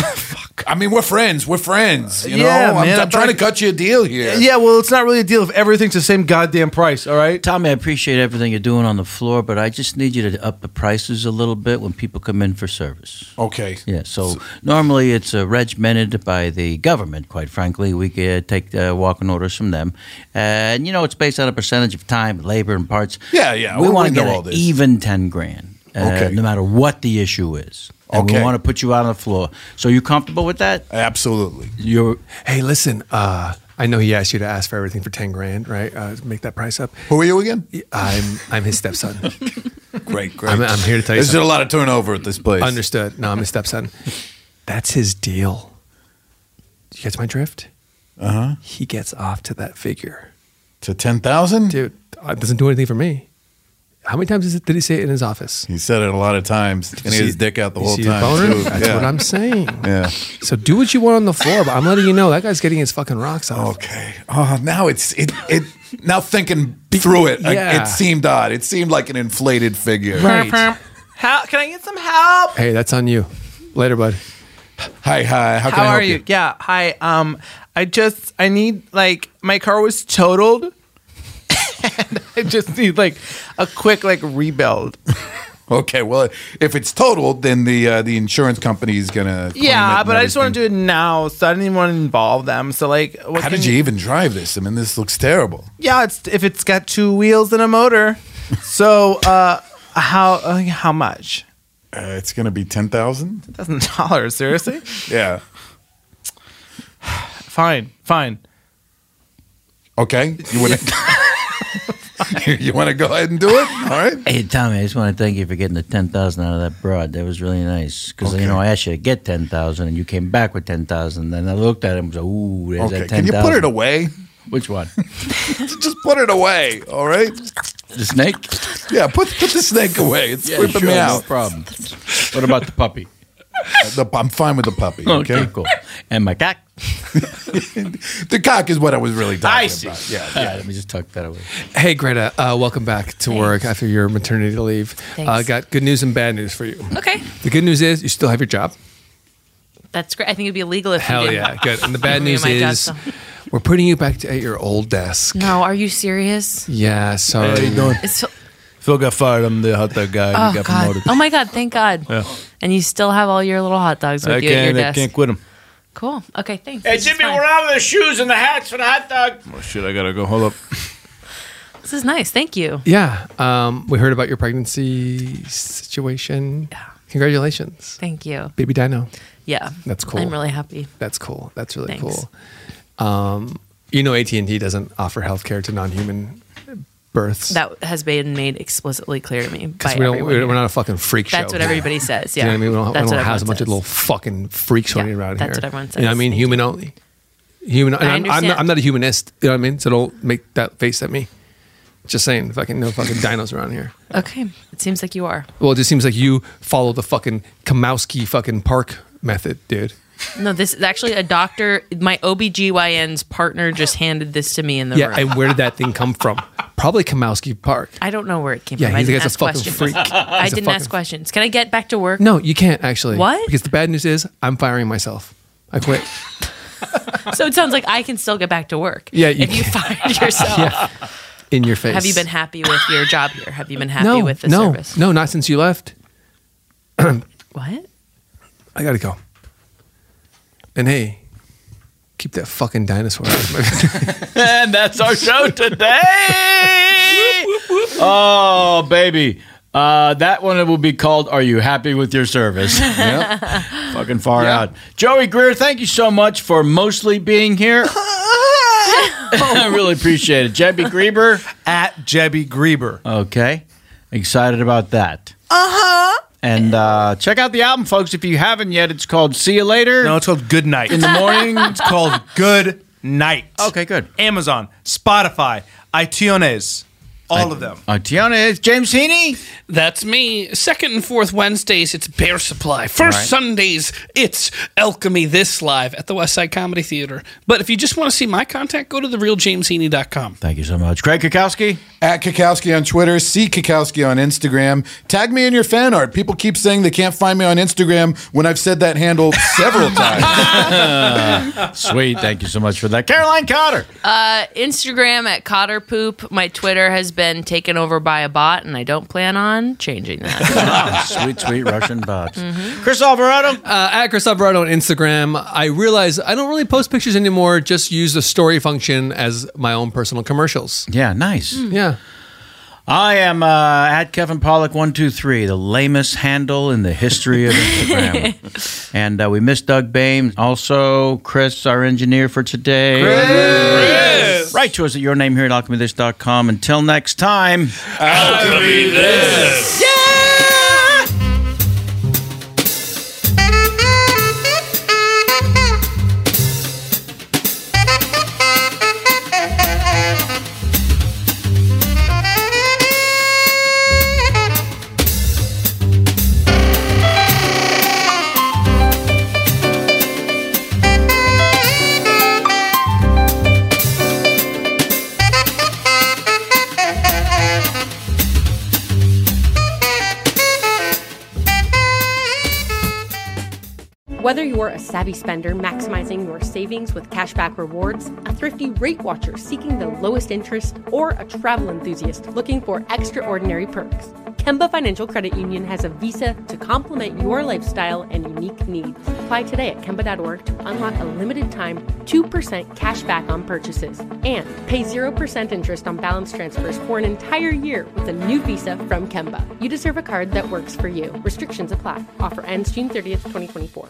Speaker 7: I mean, we're friends. We're friends. You know,
Speaker 8: Yeah,
Speaker 7: I'm,
Speaker 8: man,
Speaker 7: I'm
Speaker 8: I
Speaker 7: trying to
Speaker 8: thought-
Speaker 7: cut you a deal here.
Speaker 8: Yeah, well, it's not really a deal if everything's the same goddamn price, all right?
Speaker 12: Tommy, I appreciate everything you're doing on the floor, but I just need you to up the prices a little bit when people come in for service.
Speaker 7: Okay.
Speaker 12: Yeah, so, normally it's uh, regimented by the government, quite frankly. We get, take uh, walking orders from them. and, you know, it's based on a percentage of time, labor, and parts.
Speaker 7: Yeah, yeah,
Speaker 12: We
Speaker 7: we-
Speaker 12: want to
Speaker 7: we
Speaker 12: get
Speaker 7: know all
Speaker 12: an
Speaker 7: this.
Speaker 12: even 10 grand, uh,
Speaker 7: Okay.
Speaker 12: no matter what the issue is. And we
Speaker 7: Okay.
Speaker 12: want to put you out on the floor. So you comfortable with that?
Speaker 7: Absolutely.
Speaker 12: You're
Speaker 5: Hey, listen. Uh, I know he asked you to ask for everything for ten grand, right? Uh, make that price up.
Speaker 7: Who are you again?
Speaker 5: I'm I'm his stepson.
Speaker 7: Great, great.
Speaker 5: I'm, I'm here to tell you.
Speaker 7: There's
Speaker 5: something.
Speaker 7: a lot of turnover at this place.
Speaker 5: Understood. No, I'm his stepson. That's his deal. You catch my drift? Uh huh. He gets off to that figure.
Speaker 7: Uh-huh. To ten thousand,
Speaker 5: dude. uh, It doesn't do anything for me. How many times is it, did he say it in his office?
Speaker 7: He said it a lot of times, and he had his dick out the
Speaker 5: You
Speaker 7: whole
Speaker 5: see his
Speaker 7: time.
Speaker 5: boner?
Speaker 7: too.
Speaker 5: That's
Speaker 7: Yeah.
Speaker 5: what I'm saying.
Speaker 7: Yeah.
Speaker 5: So do what you want on the floor, but I'm letting you know that guy's getting his fucking rocks off.
Speaker 7: Okay. Oh, now it's it it now thinking through it. I-
Speaker 5: yeah.
Speaker 7: it seemed odd. It seemed like an inflated figure.
Speaker 5: Right.
Speaker 11: How can I get some help?
Speaker 5: Hey, that's on you. Later, bud.
Speaker 7: Hi, hi.
Speaker 11: How, are you? Yeah, hi. Um, I just I need like my car was totaled. and I just need like a quick like rebuild.
Speaker 7: Okay. Well, if it's totaled, then the uh, the insurance company is gonna. claim it
Speaker 11: yeah,
Speaker 7: and
Speaker 11: but I just want
Speaker 7: everything.
Speaker 11: to do it now, so I didn't even want to involve them. So like, what
Speaker 7: How
Speaker 11: can
Speaker 7: did you even drive this? I mean, this looks terrible.
Speaker 11: Yeah, it's if it's got two wheels and a motor. So uh, how uh, how much?
Speaker 7: Uh, it's gonna be ten thousand.
Speaker 11: Thousand dollars? Seriously?
Speaker 7: Yeah.
Speaker 11: fine, fine.
Speaker 7: Okay. You want to? you want to go ahead and do it? All right.
Speaker 12: Hey Tommy, I just want to thank you for getting the ten thousand out of that broad. That was really nice because you know I asked you to get ten thousand, and you came back with ten thousand. And I looked at him, and was like, "Ooh, there's
Speaker 7: Okay.
Speaker 12: that ten
Speaker 7: Can you
Speaker 12: thousand.
Speaker 7: put it away?
Speaker 12: Which one?
Speaker 7: Just put it away. All right.
Speaker 12: The snake?
Speaker 7: Yeah. Put put the snake away. It's
Speaker 12: Yeah,
Speaker 7: creeping
Speaker 12: sure,
Speaker 7: me
Speaker 12: no
Speaker 7: out.
Speaker 12: problem. What about the puppy? Oh,
Speaker 7: The, I'm fine with the puppy. Okay.
Speaker 12: Okay, cool. And my cock.
Speaker 7: the cock is what I was really talking
Speaker 12: I see.
Speaker 7: about. Yeah.
Speaker 12: All right, let me just tuck that away.
Speaker 5: Hey, Greta, uh, welcome back to work after your maternity leave.
Speaker 6: Thanks.
Speaker 5: Uh, got good news and bad news for you.
Speaker 6: Okay.
Speaker 5: The good news is you still have your job.
Speaker 6: That's great. I think it'd be illegal if you
Speaker 5: Hell
Speaker 6: didn't.
Speaker 5: yeah, good. And the bad
Speaker 6: Me
Speaker 5: news
Speaker 6: and my dad
Speaker 5: is
Speaker 6: saw.
Speaker 5: we're putting you back to, at your old desk.
Speaker 6: No, are you serious?
Speaker 5: Yeah, sorry.
Speaker 6: Hey, how you doing? It's so-
Speaker 8: Phil got fired. I'm the hot dog
Speaker 5: Uh,
Speaker 8: guy.
Speaker 6: oh
Speaker 8: he got
Speaker 6: god.
Speaker 8: promoted.
Speaker 6: Oh my god, thank God.
Speaker 8: Yeah.
Speaker 6: And you still have all your little hot dogs with
Speaker 8: I
Speaker 6: you at your
Speaker 8: can't, I
Speaker 6: desk.
Speaker 8: can't quit him.
Speaker 6: Cool. Okay, thanks.
Speaker 19: Hey,
Speaker 6: This is
Speaker 19: Jimmy,
Speaker 6: fine.
Speaker 19: we're out of the shoes and the hats for the hot dog.
Speaker 8: Oh, shit, I gotta go. Hold up.
Speaker 6: This is nice. Thank you.
Speaker 5: Yeah, um, we heard about your pregnancy situation. Yeah. Congratulations.
Speaker 6: Thank you.
Speaker 5: Baby Dino.
Speaker 6: Yeah.
Speaker 5: That's cool.
Speaker 6: I'm really happy.
Speaker 5: That's cool. That's really
Speaker 6: Thanks.
Speaker 5: cool. Um, you know, AT and T doesn't offer healthcare to non-human births.
Speaker 6: That has been made explicitly clear to me by
Speaker 5: Because we don't,
Speaker 6: everyone.
Speaker 5: we're, we're not a fucking freak show.
Speaker 6: That's what everybody says,
Speaker 5: Do you know what I
Speaker 6: yeah.
Speaker 5: mean? We don't, we
Speaker 6: That's
Speaker 5: don't
Speaker 6: what
Speaker 5: house a
Speaker 6: everyone
Speaker 5: bunch of little fucking freaks running around
Speaker 6: that's
Speaker 5: here.
Speaker 6: what everyone
Speaker 5: You know what I
Speaker 6: says.
Speaker 5: mean? Human only. Human.
Speaker 6: I
Speaker 5: and I'm, I'm, not,
Speaker 6: understand.
Speaker 5: I'm not a humanist. You know what I mean? So don't make that face at me. Just saying, fucking no fucking dinos around here.
Speaker 6: Okay. It seems like you are.
Speaker 5: Well, it just seems like you follow the fucking Kamowski fucking park method, dude.
Speaker 6: No, this is actually a doctor. My OBGYN's partner just handed this to me in the
Speaker 5: yeah,
Speaker 6: room.
Speaker 5: and where did that thing come from? Probably Kamowski Park.
Speaker 6: I don't know where it came
Speaker 5: Yeah,
Speaker 6: from.
Speaker 5: he's the
Speaker 6: I didn't
Speaker 5: guy's a
Speaker 6: ask
Speaker 5: fucking
Speaker 6: questions.
Speaker 5: freak.
Speaker 6: I
Speaker 5: He's a
Speaker 6: didn't
Speaker 5: fucking-
Speaker 6: ask questions. Can I get back to work?
Speaker 5: No, you can't actually.
Speaker 6: What?
Speaker 5: Because the bad news is I'm firing myself. I quit.
Speaker 6: So it sounds like I can still get back to work.
Speaker 5: Yeah, you
Speaker 6: if you
Speaker 5: can.
Speaker 6: fired yourself.
Speaker 5: Yeah. In your face.
Speaker 6: Have you been happy with your job here? Have you been happy
Speaker 5: no,
Speaker 6: with the
Speaker 5: no,
Speaker 6: service?
Speaker 5: No, not since you left.
Speaker 6: What?
Speaker 5: I gotta go. And hey, keep that fucking dinosaur out of my
Speaker 3: and that's our show today. oh, baby. Uh, that one will be called Are You Happy With Your Service? Fucking far
Speaker 8: Yeah.
Speaker 3: out. Joey Greer, thank you so much for mostly being here. I really appreciate it. Jebby Grieber. At Jebby Grieber. Okay. Excited about that.
Speaker 11: Uh
Speaker 3: Uh-huh.
Speaker 11: huh.
Speaker 3: And uh, check out the album, folks, if you haven't yet. It's called See You Later. No, it's called Good Night. In the morning.
Speaker 20: It's called Good Night. Okay, good. Amazon, Spotify, iTunes.
Speaker 10: All of them.
Speaker 3: Artiona, it's James Heaney.
Speaker 4: That's me. Second and fourth Wednesdays, it's Bear Supply. First
Speaker 3: Right.
Speaker 4: Sundays, it's Alchemy This Live at the Westside Comedy Theater. But if you just want to see my contact, go to therealjamesheaney.com.
Speaker 3: Thank you so much. Craig Kakowski?
Speaker 7: At Kakowski on Twitter, C Kakowski on Instagram. Tag me in your fan art. People keep saying they can't find me on Instagram when I've said that handle several times.
Speaker 3: Sweet. Thank you so much for that. Caroline Cotter.
Speaker 6: Uh, Instagram at Cotter Poop. My Twitter has been taken over by a bot, and I don't plan on changing that.
Speaker 3: sweet, sweet Russian bots.
Speaker 6: Chris Alvarado.
Speaker 16: Uh, at Chris Alvarado on Instagram, I realize I don't really post pictures anymore. Just use the story function as my own personal commercials.
Speaker 3: Yeah, nice.
Speaker 16: Yeah.
Speaker 3: I am uh, at Kevin Pollock one two three, the lamest handle in the history of Instagram. and uh, we miss Doug Bain, also Chris, our engineer for today. Chris, write to us at your name here at alchemythis.com. Until next time,
Speaker 8: Alchemy this.
Speaker 17: Whether you're a savvy spender maximizing your savings with cashback rewards, a thrifty rate watcher seeking the lowest interest, or a travel enthusiast looking for extraordinary perks, Kemba Financial Credit Union has a visa to complement your lifestyle and unique needs. Apply today at Kemba.org to unlock a limited time 2% cashback on purchases and pay 0% interest on balance transfers for an entire year with a new visa from Kemba. You deserve a card that works for you. Restrictions apply. Offer ends June 30th, 2024.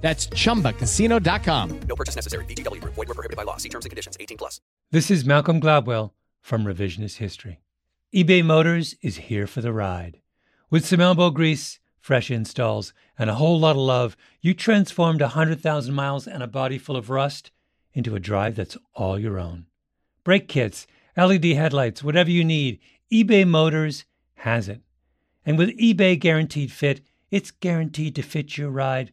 Speaker 21: That's chumbacasino.com.
Speaker 22: No purchase necessary. VGW Group. Void were prohibited by law. See terms and conditions. 18 plus.
Speaker 23: This is Malcolm Gladwell from Revisionist History. eBay Motors is here for the ride. With some elbow grease, fresh installs, and a whole lot of love, you transformed 100,000 miles and a body full of rust into a drive that's all your own. Brake kits, LED headlights, whatever you need, eBay Motors has it. And with eBay Guaranteed Fit, it's guaranteed to fit your ride